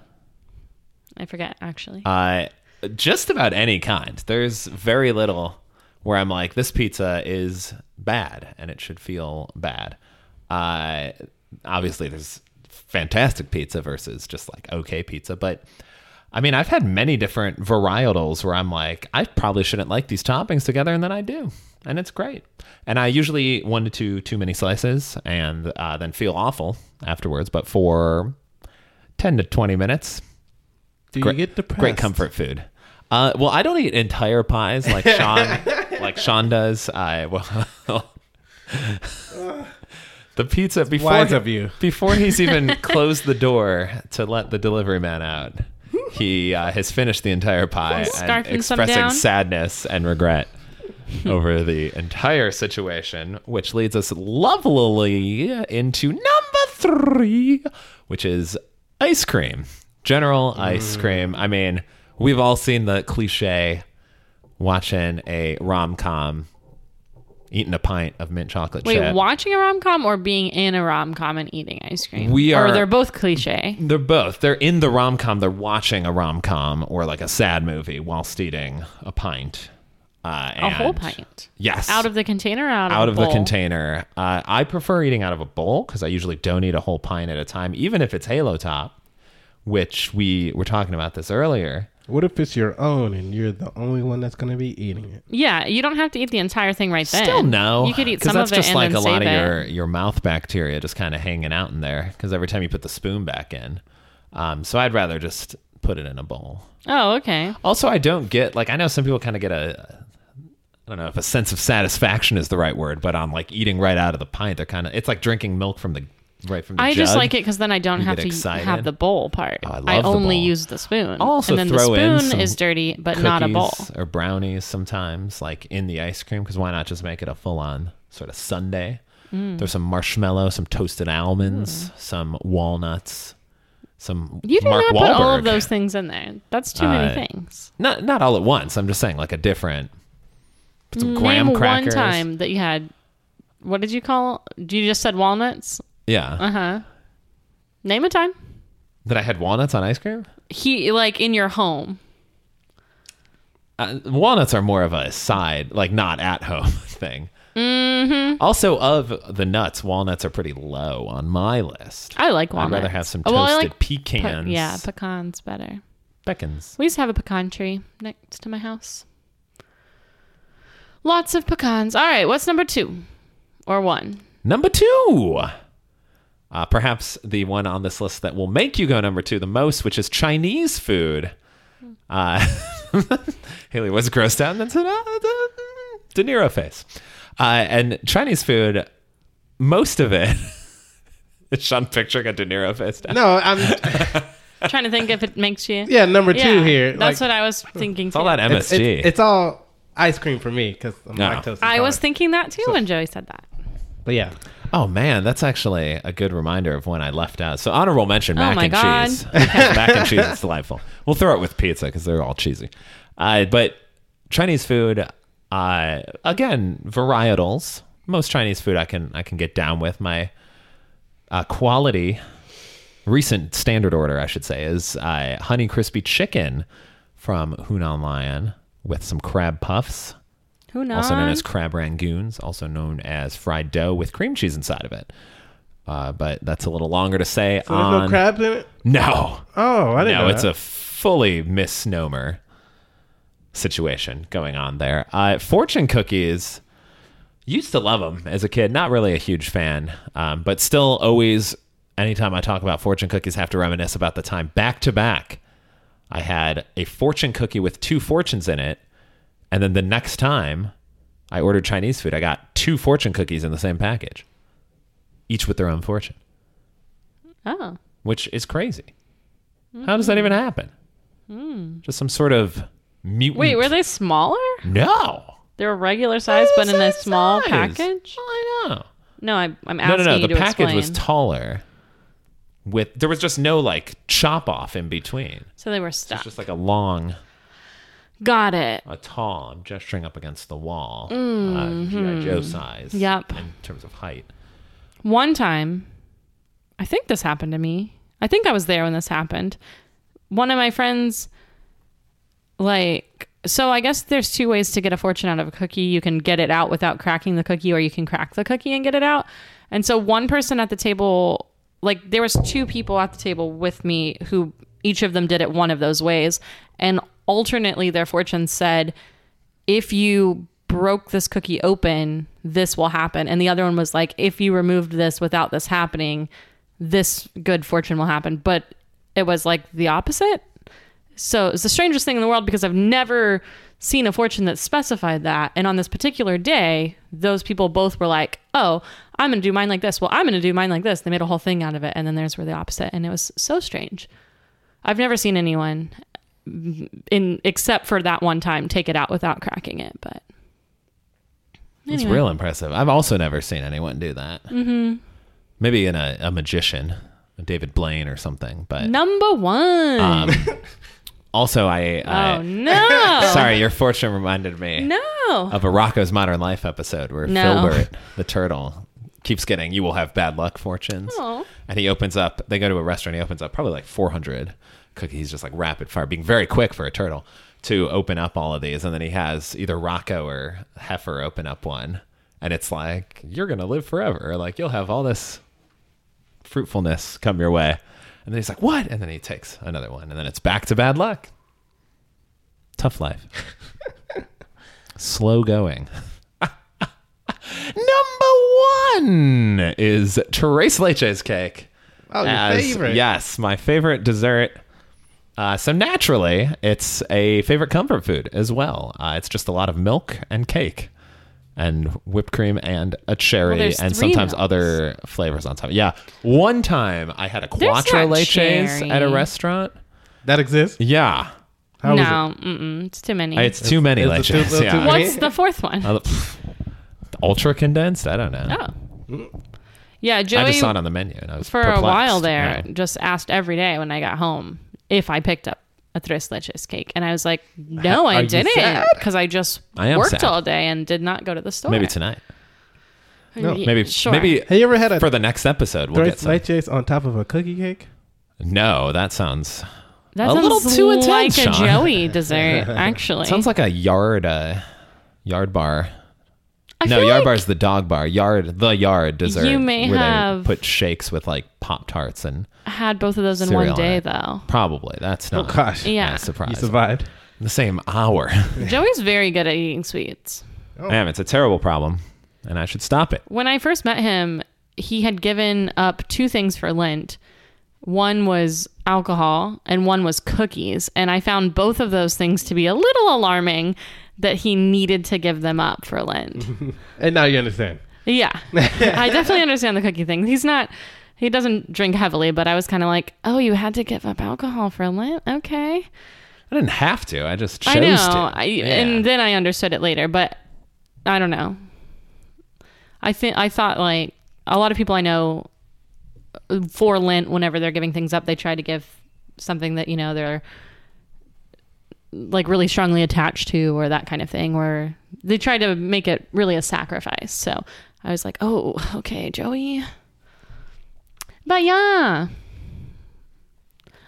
S2: I forget actually.
S3: Uh, just about any kind. There's very little where I'm like, this pizza is bad and it should feel bad. Uh, obviously, there's fantastic pizza versus just like okay pizza. But I mean, I've had many different varietals where I'm like, I probably shouldn't like these toppings together, and then I do. And it's great. And I usually eat one to two too many slices and uh, then feel awful afterwards. But for 10 to 20 minutes,
S1: Do
S3: Great-
S1: you get depressed?
S3: Great comfort food. Uh, well, I don't eat entire pies like Sean, like Sean does. I well, the pizza before
S1: Wise of you.
S3: before he's even closed the door to let the delivery man out. He uh, has finished the entire pie and
S2: Scarfing some
S3: expressing
S2: down.
S3: sadness and regret over the entire situation, which leads us lovely into number three, which is ice cream. General ice cream. I mean, we've all seen the cliche watching a rom com, eating a pint of mint chocolate
S2: Wait,
S3: chip.
S2: watching a rom com or being in a rom com and eating ice cream?
S3: We are-
S2: Or they're both cliche.
S3: They're both. They're in the rom com. They're watching a rom com or like a sad movie whilst eating a pint. Uh,
S2: A whole
S3: and-
S2: pint.
S3: Yes.
S2: Out of the container. or Out of
S3: out
S2: a
S3: of the
S2: bowl?
S3: container. Uh, I prefer eating out of a bowl because I usually don't eat a whole pint at a time, even if it's Halo Top, which we were talking about this earlier.
S1: What if it's your own and you're the only one that's going to be eating it?
S2: Yeah, you don't have to eat the entire thing right then.
S3: Still no.
S2: You could eat
S3: 'cause
S2: some
S3: that's
S2: of it
S3: just
S2: and
S3: like
S2: then
S3: a lot
S2: save
S3: of
S2: it.
S3: your your mouth bacteria just kind of hanging out in there because every time you put the spoon back in. Um, so I'd rather just put it in a bowl.
S2: Oh, okay.
S3: Also, I don't get like I know some people kind of get a I don't know if a sense of satisfaction is the right word, but on like eating right out of the pint, they're kind of it's like drinking milk from the right from the
S2: I just
S3: jug.
S2: like it because then I don't
S3: You
S2: have
S3: get
S2: to
S3: excited. Oh,
S2: have the bowl part.
S3: I love the
S2: only
S3: bowl.
S2: use the spoon.
S3: Also
S2: and then
S3: throw in
S2: the
S3: some
S2: spoon is dirty, but not a bowl.
S3: Cookies or brownies sometimes like in the ice cream because why not just make it a full on sort of sundae?
S2: Mm.
S3: There's some marshmallow, some toasted almonds, some walnuts, some
S2: You do
S3: Mark
S2: not put all
S3: Wahlberg.
S2: of those things in there. That's too
S3: Uh,
S2: many things.
S3: Not not all at once. I'm just saying like a different. Put some graham
S2: Mm, Name
S3: crackers.
S2: one time that you had. What did you call? You just said walnuts.
S3: Yeah.
S2: Uh huh. Name a time.
S3: that I had walnuts on ice cream?
S2: He like in your home.
S3: Uh, walnuts are more of a side, like not at home thing. Mm-hmm. Also, of the nuts, walnuts are pretty low on my list.
S2: I like
S3: I'd
S2: walnuts.
S3: rather have some
S2: Oh,
S3: toasted
S2: well, I like pe-
S3: pecans.
S2: yeah, pecans better.
S3: pecans.
S2: We used to have a pecan tree next to my house. Lots of pecans. All right, what's number two or one?
S3: Number two. Uh, perhaps the one on this list that will make you go number two the most, which is Chinese food. Uh, Haley was grossed out and then said, "Ah, da- De Niro face. Uh, and Chinese food, most of it. is Sean picturing a De Niro face down?
S1: No, I'm
S2: trying to think if it makes you.
S1: yeah number two
S2: Yeah,
S1: here.
S2: That's
S1: Like,
S2: what I was thinking.
S3: It's all that
S2: too.
S1: it's,
S3: MSG.
S1: it's, it's all ice cream for me because I'm
S3: No.
S1: lactose.
S2: I was
S1: intolerant.
S2: thinking that too when Joey said that.
S1: but yeah,
S3: oh, man, that's actually a good reminder of when I left out. So, honorable mention mac
S2: Oh my
S3: and
S2: God.
S3: cheese. mac and cheese is delightful. We'll throw it with pizza because they're all cheesy. Uh, but Chinese food, uh, again, varietals. Most Chinese food I can I can get down with. My uh, quality, recent standard order, I should say, is uh, honey crispy chicken from Hunan Lion with some crab puffs
S2: Who knows?
S3: also known as crab rangoons, also known as fried dough with cream cheese inside of it. Uh, but that's a little longer to say.
S1: there's
S3: on
S1: no crabs in it.
S3: No,
S1: Oh, I didn't
S3: no,
S1: know.
S3: it's a fully misnomer situation going on there. Uh, fortune cookies. Used to love them as a kid. Not really a huge fan, um, but still always. Anytime I talk about fortune cookies, have to reminisce about the time back to back. I had a fortune cookie with two fortunes in it, and then the next time I ordered Chinese food, I got two fortune cookies in the same package, each with their own fortune
S2: oh,
S3: which is crazy. How does that
S2: Mm-hmm.
S3: even happen? Just some sort of mutant.
S2: Hmm. wait, were they smaller?
S3: No.
S2: They were regular size, but in a
S3: Same
S2: small
S3: size.
S2: package.
S3: I know.
S2: No, I, I'm
S3: No,
S2: asking
S3: no, no.
S2: you
S3: The
S2: to
S3: package
S2: explain.
S3: was taller. With there was just no like chop off in between.
S2: so they were stuck.
S3: It's just like a long,
S2: Got it.
S3: a tall. I'm gesturing up against the wall. Uh, GI
S2: Mm-hmm.
S3: Joe size.
S2: Yep.
S3: In terms of height.
S2: One time, I think this happened to me. I think I was there when this happened. One of my friends, like, so I guess there's two ways to get a fortune out of a cookie. You can get it out without cracking the cookie, or you can crack the cookie and get it out. And so one person at the table, like, there was two people at the table with me who each of them did it one of those ways, and alternately their fortune said if you broke this cookie open, this will happen. And the other one was like, if you removed this without this happening, this good fortune will happen. But it was like the opposite. So it's the strangest thing in the world because I've never seen a fortune that specified that. And on this particular day, those people both were like, oh, I'm going to do mine like this. Well, I'm going to do mine like this. They made a whole thing out of it. And then theirs were the opposite. And it was so strange. I've never seen anyone in except for that one time take it out without cracking it but
S3: It's real impressive. I've also never seen anyone do that. Mm-hmm. Maybe in a, a magician, a David Blaine or something. But
S2: number one
S3: also, I I-
S2: oh no
S3: Sorry, your fortune reminded me
S2: no
S3: of a Rocco's Modern Life episode where
S2: No.
S3: Filbert the turtle keeps getting "You will have bad luck" fortunes,
S2: Aw.
S3: and he opens up. They go to a restaurant. He opens up probably like 400 cookies, just like rapid fire, being very quick for a turtle to open up all of these, and then he has either Rocco or Heifer open up one, and it's like you're gonna live forever. Like you'll have all this fruitfulness come your way. And then he's like, "What?" And then he takes another one, and then it's back to bad luck. Tough life. Slow going. Number one is Trace Leches cake.
S1: oh, your
S3: As-
S1: favorite.
S3: Yes, my favorite dessert. Uh, so naturally, it's a favorite comfort food as well. Uh, it's just a lot of milk and cake, and whipped cream and a cherry,
S2: Well, there's
S3: and
S2: three
S3: sometimes
S2: milks.
S3: other flavors on top. Yeah, one time I had a
S2: There's not
S3: quattro leches
S2: cherry.
S3: at a restaurant.
S1: that exists.
S3: Yeah,
S1: How was
S2: no mm-mm, it's too many
S3: it's too many
S1: is it too-
S3: leches.
S1: too
S3: yeah.
S1: many?
S2: what's the fourth one?
S3: Uh, pff, Ultra condensed? I don't know.
S2: Oh. yeah
S3: I
S2: joey
S3: just saw it on the menu and I was
S2: for a
S3: perplexed.
S2: while there
S3: Yeah.
S2: just asked every day when i got home if i picked up a tres leches cake and i was like no
S1: Are
S2: i
S1: you
S2: didn't
S1: sad?
S2: because i just
S3: I am
S2: worked
S3: sad.
S2: all day and did not go to the store
S3: Maybe tonight.
S1: No.
S2: Yeah,
S3: Maybe
S2: sure.
S3: maybe
S1: Have you ever had a
S3: for the next episode we'll
S1: throw
S3: get some.
S1: leches on top of a cookie cake?
S3: No, that sounds
S2: that
S3: a
S2: sounds
S3: little too intense,
S2: like a
S3: Sean.
S2: Joey dessert. Actually,
S3: sounds like a yard uh, yard bar.
S2: I
S3: no,
S2: feel
S3: yard
S2: like
S3: bar's the dog bar. Yard the yard dessert.
S2: You may
S3: where
S2: have-
S3: they put shakes with like pop tarts and
S2: I had both of those in one
S3: cereal on
S2: day
S3: it.
S2: though.
S3: probably that's
S1: Oh
S3: not
S1: gosh,
S2: Yeah.
S3: as surprising.
S1: you survived. Oh.
S3: The same hour.
S2: Joey's very good at eating sweets.
S3: Damn, it's a terrible problem, and I should stop it.
S2: When I first met him, he had given up two things for Lent. One was alcohol and one was cookies. And I found both of those things to be a little alarming that he needed to give them up for Lent.
S1: And now you understand.
S2: yeah. I definitely understand the cookie thing. He's not, he doesn't drink heavily, but I was kind of like, oh, you had to give up alcohol for Lent? Okay.
S3: I didn't have to. I just chose
S2: I know.
S3: to.
S2: I,
S3: Yeah.
S2: And then I understood it later, but I don't know. I think I thought like a lot of people I know uh, for Lent, whenever they're giving things up, they try to give something that you know they're like really strongly attached to, or that kind of thing, or they try to make it really a sacrifice. So I was like, oh, okay, Joey. But yeah.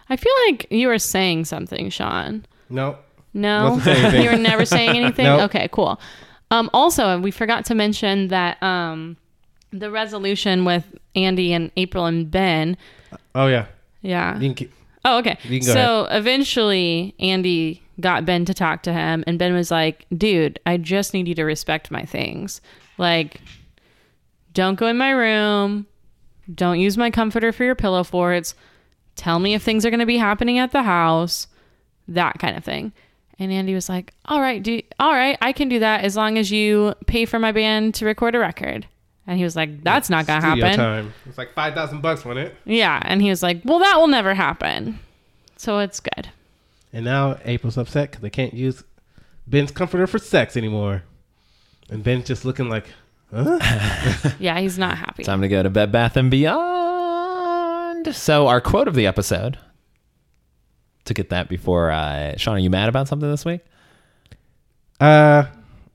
S2: I feel like you were saying something, Sean.
S1: No.
S2: No,
S1: Wasn't saying anything.
S2: you were never saying anything.
S1: Nope.
S2: Okay, cool. Um, also, we forgot to mention that um, the resolution with Andy and April and Ben.
S1: Oh yeah.
S2: Yeah.
S1: You can keep-
S2: Oh, okay.
S1: You can go
S2: So eventually, Andy got Ben to talk to him, and Ben was like, "Dude, I just need you to respect my things. Like, don't go in my room. Don't use my comforter for your pillow forts. Tell me if things are going to be happening at the house. That kind of thing." And Andy was like, "All right, do all right, I can do that as long as you pay for my band to record a record." And he was like, "That's not going to
S1: Studio
S2: happen."
S1: time. It's like five thousand bucks, wasn't it?
S2: Yeah, and he was like, "Well, that will never happen." So it's good.
S1: And now April's upset because they can't use Ben's comforter for sex anymore. And Ben's just looking like, huh?
S2: Yeah, he's not happy.
S3: Time to go to Bed Bath and Beyond. So our quote of the episode. To get that before, uh, Sean, are you mad about something this week?
S1: Uh,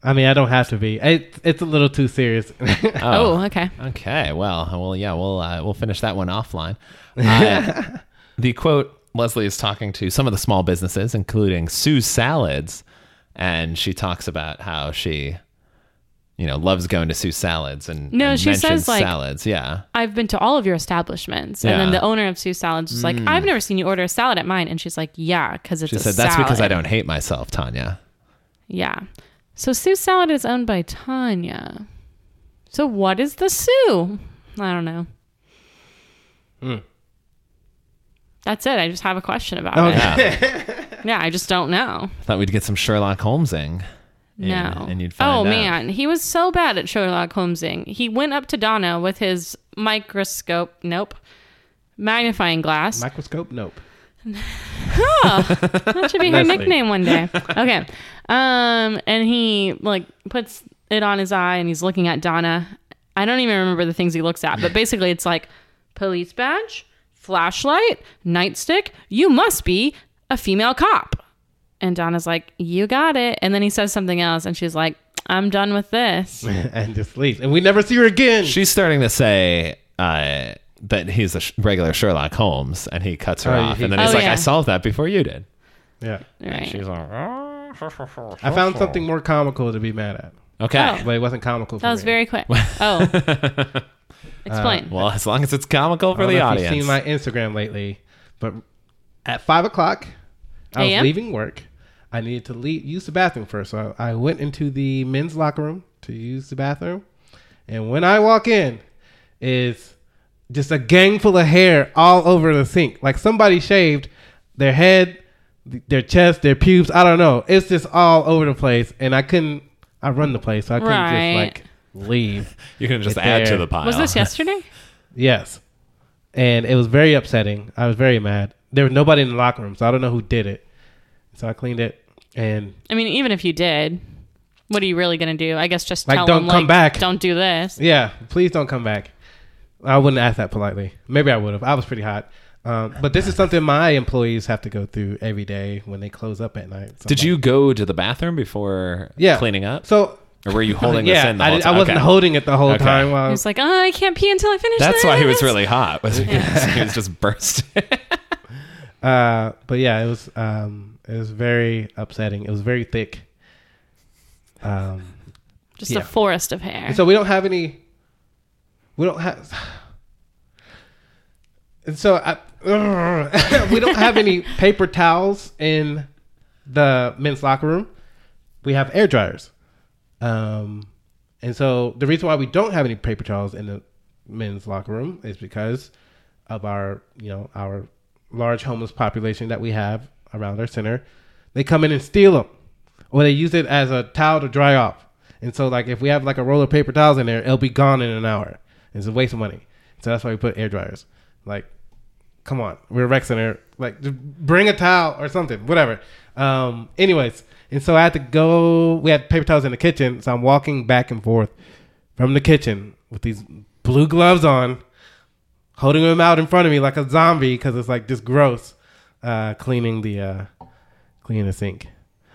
S1: I mean, I don't have to be. It, it's a little too serious.
S2: Oh, okay.
S3: Okay. Well, well, yeah. We'll uh, we'll finish that one offline. Uh, the quote Leslie is talking to some of the small businesses, including Sue's Salads, and she talks about how she, you know, loves going to Sue's Salads and
S2: No,
S3: and
S2: she
S3: mentions
S2: says, like-
S3: salads. Yeah.
S2: I've been to all of your establishments, and then
S3: Yeah. Mm.
S2: the owner of Sue Salads was like, "I've never seen you order a salad at mine," and she's like, "Yeah, because it's
S3: She
S2: a
S3: said that's because I
S2: salad."
S3: don't hate myself, Tanya.
S2: Yeah. So Sue Salad is owned by Tanya. So what is the Sue? I don't know. That's it. I just have a question about it.
S3: Yeah.
S2: Yeah, I just don't know.
S3: Thought we'd get some Sherlock Holmesing. And,
S2: No.
S3: And you'd
S2: oh
S3: find out.
S2: man, he was so bad at Sherlock Holmesing. He went up to Donna with his microscope. Nope. Magnifying glass.
S1: Microscope? Nope.
S2: that should be her
S1: Leslie.
S2: nickname one day. Okay. Um, and he like puts it on his eye and he's looking at Donna. I don't even remember the things he looks at, but basically it's like police badge, flashlight, nightstick. You must be a female cop. And Donna's like, "You got it." And then he says something else, and she's like, "I'm done with this."
S1: and just leaves. And we never see her again.
S3: She's starting to say uh, that he's a sh- regular Sherlock Holmes, and he cuts her
S1: Oh,
S3: off.
S1: he-
S3: and then he's
S2: Oh,
S3: like,
S2: yeah.
S3: I solved that before you did.
S1: yeah.
S2: Right.
S3: She's like,
S1: I found something more comical to be mad at.
S3: okay.
S1: But it wasn't comical for
S2: That was
S1: me.
S2: very quick. Oh.
S1: Uh,
S2: Explain.
S3: Well, as long as it's comical
S1: I
S3: for
S1: don't
S3: the
S1: know Oh, if
S3: audience.
S1: You've seen my Instagram lately, but at five o'clock, I was
S2: AM?
S1: leaving work. I needed to leave, use the bathroom first, so I, I went into the men's locker room to use the bathroom. And when I walk in, is just a gang full of hair all over the sink. Like somebody shaved their head, th- their chest, their pubes. I don't know. It's just all over the place, and I couldn't. I run the place, so I couldn't
S2: Right.
S1: just like leave.
S3: you can just
S1: It's
S3: add to
S1: there.
S3: the pile.
S2: was this yesterday?
S1: Yes. And it was very upsetting. I was very mad. There was nobody in the locker room, so I don't know who did it. So I cleaned it and
S2: I mean, even if you did, what are you really gonna do? I guess just
S1: Like,
S2: tell
S1: don't
S2: them,
S1: come
S2: like,
S1: back.
S2: Don't do this.
S1: yeah, please don't come back. I wouldn't ask that politely. Maybe I would have. I was pretty hot. Um, but this is something my employees have to go through every day when they close up at night. So I'm
S3: Did
S1: like-
S3: you go to the bathroom before
S1: yeah.
S3: cleaning up?
S1: So
S3: Or were you holding this
S1: yeah,
S3: in the
S1: I,
S3: whole
S1: did-
S3: time?
S1: I wasn't
S3: Okay.
S1: holding it the whole
S3: Okay.
S1: time. While I
S2: He
S1: was,
S2: was like, oh, I can't pee until I finish.
S3: That's why he was
S2: this."
S3: really hot. Was because he was just bursting.
S1: uh, but yeah, it was um, it was very upsetting. It was very thick. Um,
S2: just
S1: yeah.
S2: a forest of hair.
S1: so we don't have any. We don't have. And so I, we don't have any paper towels in the men's locker room. We have air dryers. Um, and so the reason why we don't have any paper towels in the men's locker room is because of our, you know, our large homeless population that we have around our center. They come in and steal them, or they use it as a towel to dry off. And so, like, if we have like a roll of paper towels in there, it'll be gone in an hour. It's a waste of money. So that's why we put air dryers. Like, come on, we're a rec center. Like, just bring a towel or something, whatever. Um, anyways, and so I had to go. We had paper towels in the kitchen, so I'm walking back and forth from the kitchen with these blue gloves on, holding them out in front of me like a zombie because it's like just gross. Uh, cleaning the uh, cleaning the sink.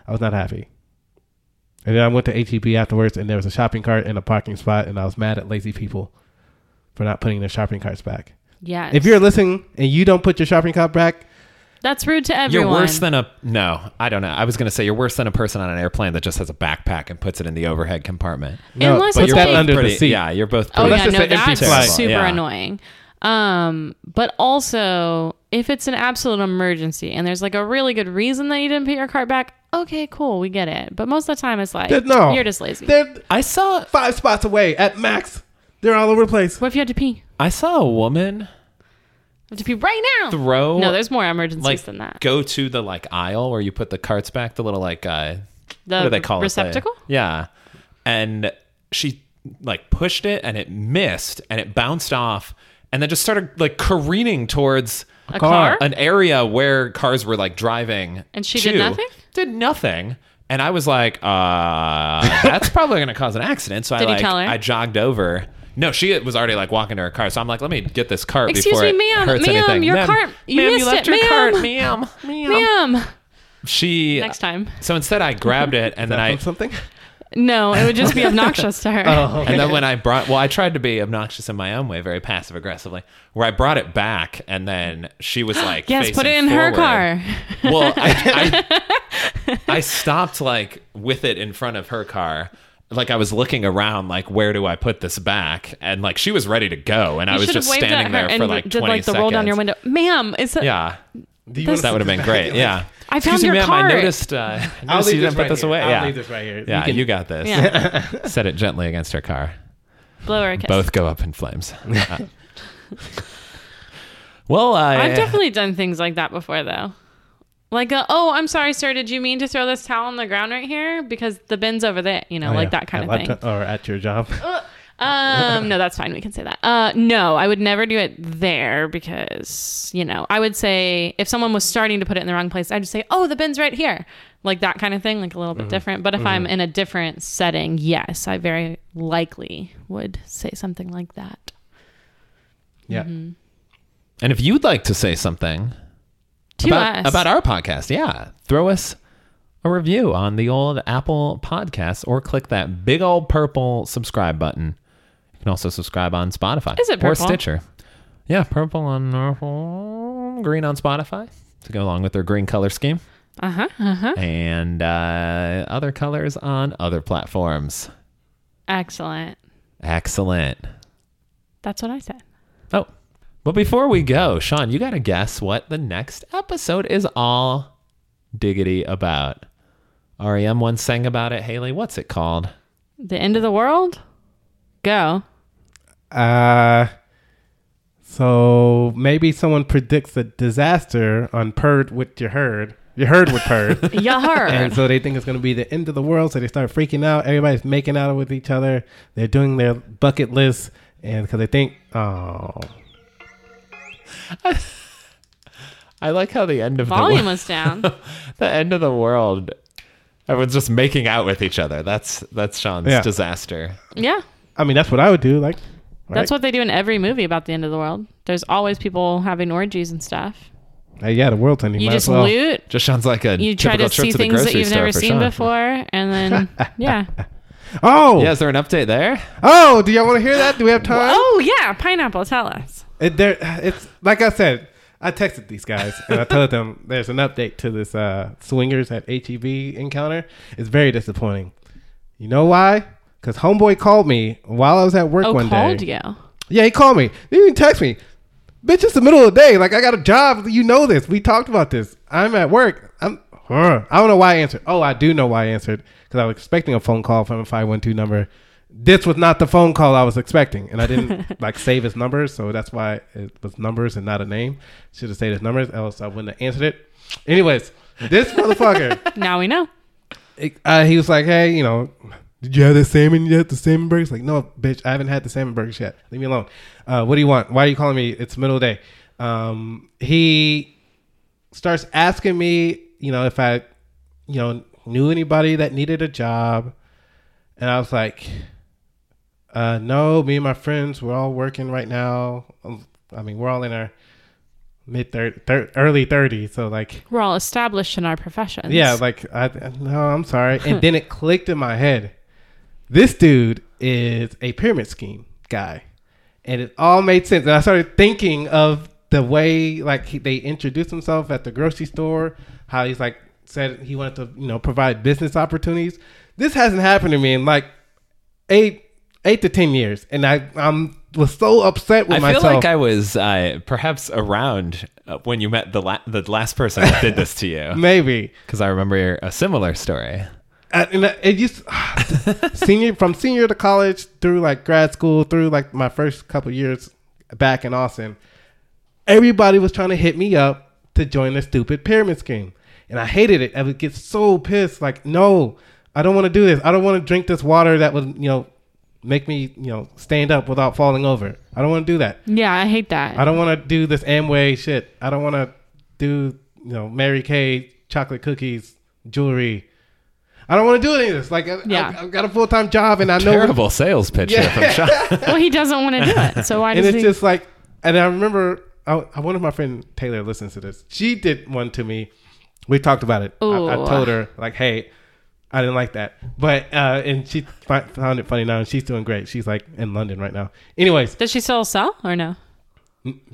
S1: I was not happy. And then I went to HEB afterwards, and there was a shopping cart in a parking spot, and I was mad at lazy people for not putting their shopping carts back.
S2: yes.
S1: If you're listening and you don't put your shopping cart back,
S2: that's rude to
S3: You're
S2: everyone.
S3: worse than a no. I don't know. I was gonna say you're worse than a person on an airplane that just has a backpack and puts it in the overhead compartment.
S1: no,
S2: Unless
S1: put
S2: it's
S1: that
S2: like-
S1: under
S3: pretty,
S1: the seat.
S3: Yeah, you're both.
S2: Oh
S3: pretty-
S1: Unless
S2: yeah,
S1: it's
S2: no,
S1: an empty
S2: that's
S1: flight.
S2: super
S3: Yeah.
S2: annoying. Um, but also if it's an absolute emergency and there's like a really good reason that you didn't put your cart back, okay, cool, we get it. But most of the time, it's like
S1: That- no,
S2: you're just lazy.
S1: They're
S3: I saw
S1: five spots away at max. They're all over the place.
S2: what if you had to pee?
S3: I saw a woman
S2: have to pee right now.
S3: throw
S2: no, there's more emergencies
S3: like
S2: than that.
S3: go to the like aisle where you put the carts back, the little like uh,
S2: The
S3: what do they call
S2: receptacle?
S3: it? The- Yeah, and she like pushed it and it missed and it bounced off and then just started like careening towards
S2: A car?
S3: an area where cars were like driving.
S2: And she did nothing?
S3: Did nothing. And I was like, uh, that's probably going to cause an accident. So
S2: Did
S3: I
S2: you
S3: like,
S2: tell her?
S3: I jogged over. No, she was already like walking to her car. So I'm like, let me get this cart
S2: Excuse
S3: before
S2: me,
S3: it
S2: ma'am,
S3: hurts
S2: ma'am,
S3: anything.
S2: your cart- you
S3: ma'am,
S2: missed
S3: you
S2: it,
S3: left your
S2: ma'am.
S3: cart, ma'am, ma'am.
S2: Ma'am.
S3: She
S2: Um, Next time.
S3: So instead, I grabbed it and then I
S1: something.
S2: No, it would just be obnoxious to her.
S1: Oh,
S3: and then when I brought, well, I tried to be obnoxious in my own way, very passive aggressively, where I brought it back, and then she was like,
S2: Yes, put
S3: facing
S2: it in her
S3: forward.
S2: car.
S3: Well, I, I, I stopped like with it in front of her car. Like I was looking around, like where do I put this back? And like she was ready to go, and I
S2: You
S3: was
S2: should have
S3: just
S2: waved at
S3: standing
S2: her
S3: there for
S2: and
S3: like
S2: did
S3: twenty
S2: like the
S3: seconds.
S2: roll down your window. Ma'am, is that,
S3: Yeah,
S1: Do you
S2: This-
S3: that would have been great. Yeah,
S2: I found
S3: Excuse
S2: your
S3: me, ma'am,
S2: cart.
S3: I noticed. Uh, I noticed
S1: I'll
S3: you
S1: leave
S3: didn't
S1: this
S3: put
S1: right
S3: this
S1: here.
S3: away.
S1: I'll
S3: yeah,
S1: leave this right here.
S3: yeah,
S1: you, can,
S3: you got this.
S2: Yeah.
S3: Set it gently against her car.
S2: Blow her a kiss.
S3: Both go up in flames. Uh, well, I,
S2: I've definitely done things like that before, though. Like, a, oh, I'm sorry, sir. Did you mean to throw this towel on the ground right here? Because the bin's over there, you know,
S1: Oh,
S2: like
S1: yeah.
S2: that kind
S1: At
S2: of thing. Uh,
S1: laptop- or at your job.
S2: Um, no, that's fine. We can say that. Uh, no, I would never do it there because, you know, I would say if someone was starting to put it in the wrong place, I'd just say, oh, the bin's right here. Like that kind of thing, like a little
S3: Mm-hmm.
S2: bit different. But if I'm in a different setting, yes, I very likely would say something like that.
S1: yeah.
S2: mm-hmm.
S3: and if you'd like to say something
S2: To
S3: about,
S2: us.
S3: about our podcast, yeah, throw us a review on the old Apple Podcasts or click that big old purple subscribe button. You can also subscribe on Spotify
S2: Is it
S3: or
S2: purple?
S3: Stitcher. Yeah, purple on Apple, green on Spotify to go along with their green color scheme.
S2: uh-huh, uh-huh.
S3: and uh, other colors on other platforms.
S2: Excellent.
S3: Excellent.
S2: That's what I said.
S3: Oh, but before we go, Sean, you got to guess what the next episode is all diggity about. REM once sang about it. Haley, what's it called?
S2: The end of the world? Go.
S1: Uh, so maybe someone predicts a disaster on Purd with your herd. Your herd with Purd.
S2: You
S1: and
S2: heard.
S1: so they think it's going to be the end of the world. So they start freaking out. Everybody's making out with each other. They're doing their bucket lists. And because they think, oh,
S3: I like how the end of
S2: Volume
S3: the
S2: was down.
S3: wor- the end of the world. Everyone's just making out with each other. That's that's Sean's
S1: Yeah.
S3: disaster.
S2: Yeah.
S1: I mean, that's what I would do. Like,
S2: That's
S1: right?
S2: what they do in every movie about the end of the world. There's always people having orgies and stuff.
S1: Hey, yeah, the world's ending.
S2: You
S1: Might
S2: just
S1: as well.
S2: loot.
S3: Just Sean's like a
S2: You try
S3: typical
S2: to
S3: trip
S2: see
S3: to the
S2: things that
S3: grocery
S2: you've
S3: store
S2: never
S3: for
S2: seen
S3: Sean.
S2: before, and then yeah,
S1: Oh,
S3: Yeah, is there an update there?
S1: oh, do y'all want to hear that? Do we have time?
S2: Oh yeah, pineapple. Tell us.
S1: It, there, it's like I said. I texted these guys and I told them there's an update to this uh, swingers at HEB encounter. It's very disappointing. You know why? Because homeboy called me while I was at work
S2: Oh,
S1: one
S2: called
S1: day.
S2: you.
S1: Yeah, he called me. He didn't text me. Bitch, it's the middle of the day. Like I got a job. You know this. We talked about this. I'm at work. I'm. Ugh. I don't know why I answered. Oh, I do know why I answered because I was expecting a phone call from a five one two number. This was not the phone call I was expecting, and I didn't like save his number, so that's why it was numbers and not a name. Should have saved his numbers, else I wouldn't have answered it. Anyways, this motherfucker
S2: Now we know.
S1: it, uh, he was like, "Hey, you know, did you have that salmon yet? The salmon burgers?" Like, no, bitch, I haven't had the salmon burgers yet. Leave me alone. Uh, what do you want? Why are you calling me? It's middle of the day. Um, he starts asking me, you know, if I, you know, knew anybody that needed a job, and I was like, uh, "No, me and my friends, we're all working right now. Um, I mean, we're all in our mid third, early 30s, so like."
S2: We're all established in our professions.
S1: Yeah, like I no, I'm sorry. And then it clicked in my head. This dude is a pyramid scheme guy, and it all made sense. And I started thinking of the way like he, they introduced himself at the grocery store, how he's like said he wanted to you know provide business opportunities. This hasn't happened to me in like eight eight to ten years, and I I'm was so upset with
S3: I
S1: myself.
S3: feel like I was uh, perhaps around uh, when you met the la- the last person that did this to you,
S1: Maybe
S3: because I remember a similar story.
S1: Uh, and uh, it used senior from senior to college through like grad school through like my first couple years back in Austin. Everybody was trying to hit me up to join the stupid pyramid scheme, and I hated it. I would get so pissed. Like, no, I don't want to do this. I don't want to drink this water that would you know make me you know stand up without falling over. I don't want to do that.
S2: Yeah, I hate that.
S1: I don't want to do this Amway shit. I don't want to do you know Mary Kay chocolate cookies, jewelry. I don't want to do any of this. Like, I,
S2: Yeah.
S1: I've, I've got a full time job, and I know,
S3: Terrible sales pitch here from Sean.
S2: well, he doesn't want to do it. So why
S1: and
S2: does
S1: it's
S2: he?
S1: just like, and I remember, I, I wonder if my friend Taylor listens to this. She did one to me. We talked about it. I, I
S2: Ooh.
S1: told her like, hey, I didn't like that, but uh, and she fi- found it funny now, and she's doing great. She's like in London right now. Anyways,
S2: Does she still sell or no?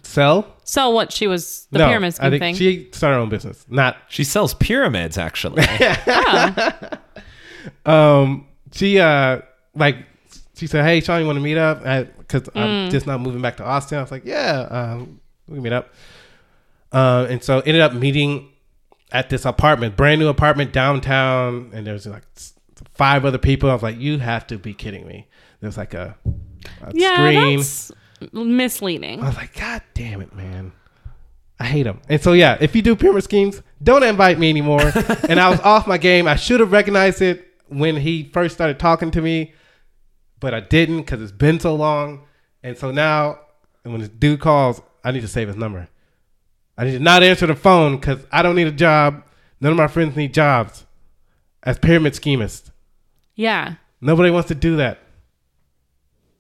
S1: sell
S2: Sell what she was the
S1: no,
S2: pyramid
S1: I
S2: scheme
S1: think
S2: thing.
S1: She started her own business, not
S3: She sells pyramids, actually.
S2: oh,
S1: um she uh like she said hey sean you want to meet up because
S2: Mm.
S1: i'm just not moving back to austin i was like yeah um we can meet up uh, and so ended up meeting at this apartment brand new apartment downtown and there's like s- five other people i was like you have to be kidding me there's like a, a
S2: yeah,
S1: screen
S2: that's misleading.
S1: I was like, God damn it, man. I hate them. And so, yeah, if you do pyramid schemes, don't invite me anymore. and I was off my game. I should have recognized it when he first started talking to me, but I didn't because it's been so long. And so now, when this dude calls, I need to save his number. I need to not answer the phone because I don't need a job. None of my friends need jobs as pyramid schemists.
S2: Yeah,
S1: Nobody wants to do that.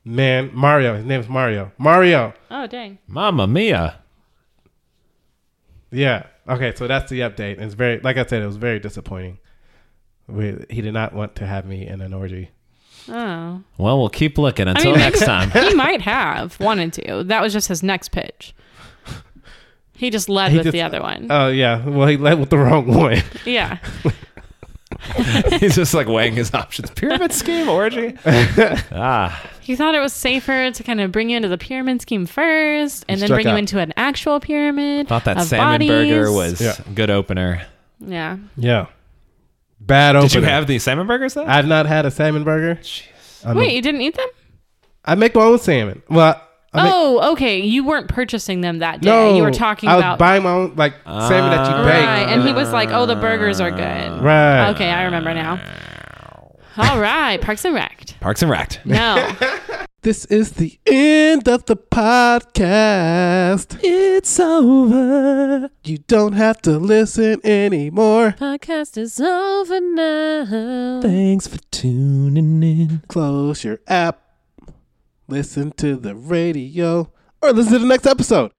S1: Man, Mario, his name's Mario. Mario.
S2: Oh dang.
S3: Mamma mia.
S1: Yeah. Okay. So that's the update. And it's very, like I said, it was very disappointing. We, he did not want to have me in an orgy.
S2: Oh.
S3: Well, we'll keep looking until
S2: mean-
S3: next time.
S2: He might have wanted to. That was just his next pitch. He just led
S1: He
S2: with
S1: just-
S2: the other one.
S1: Oh yeah. Well, he led with the wrong one.
S2: yeah.
S3: He's just like weighing his options. Pyramid scheme, orgy. ah,
S2: He thought it was safer to kind of bring you into the pyramid scheme first and then
S1: struck
S2: bring you
S1: out.
S2: into an actual pyramid.
S3: thought that
S2: of
S3: salmon
S2: bodies.
S3: burger was
S1: Yeah.
S3: a good opener.
S2: Yeah.
S1: Yeah. Bad opener.
S3: Did you have the salmon burgers though?
S1: I've not had a salmon burger. I'm a-
S2: Wait, you didn't eat them?
S1: I make my own salmon. Well, I make,
S2: oh, okay. You weren't purchasing them that day.
S1: no.
S2: you were talking
S1: I was
S2: about
S1: buying my own like salmon that you bake.
S2: right, and he was like, "Oh, the burgers are
S3: Ah.
S2: good."
S1: Right.
S2: Okay, I remember now. All right, Parks and Rec.
S3: Parks and Rec.
S2: No.
S1: This is the end of the podcast. It's over. You don't have to listen anymore.
S2: Podcast is over now.
S1: Thanks for tuning in. Close your app, listen to the radio, or listen to the next episode.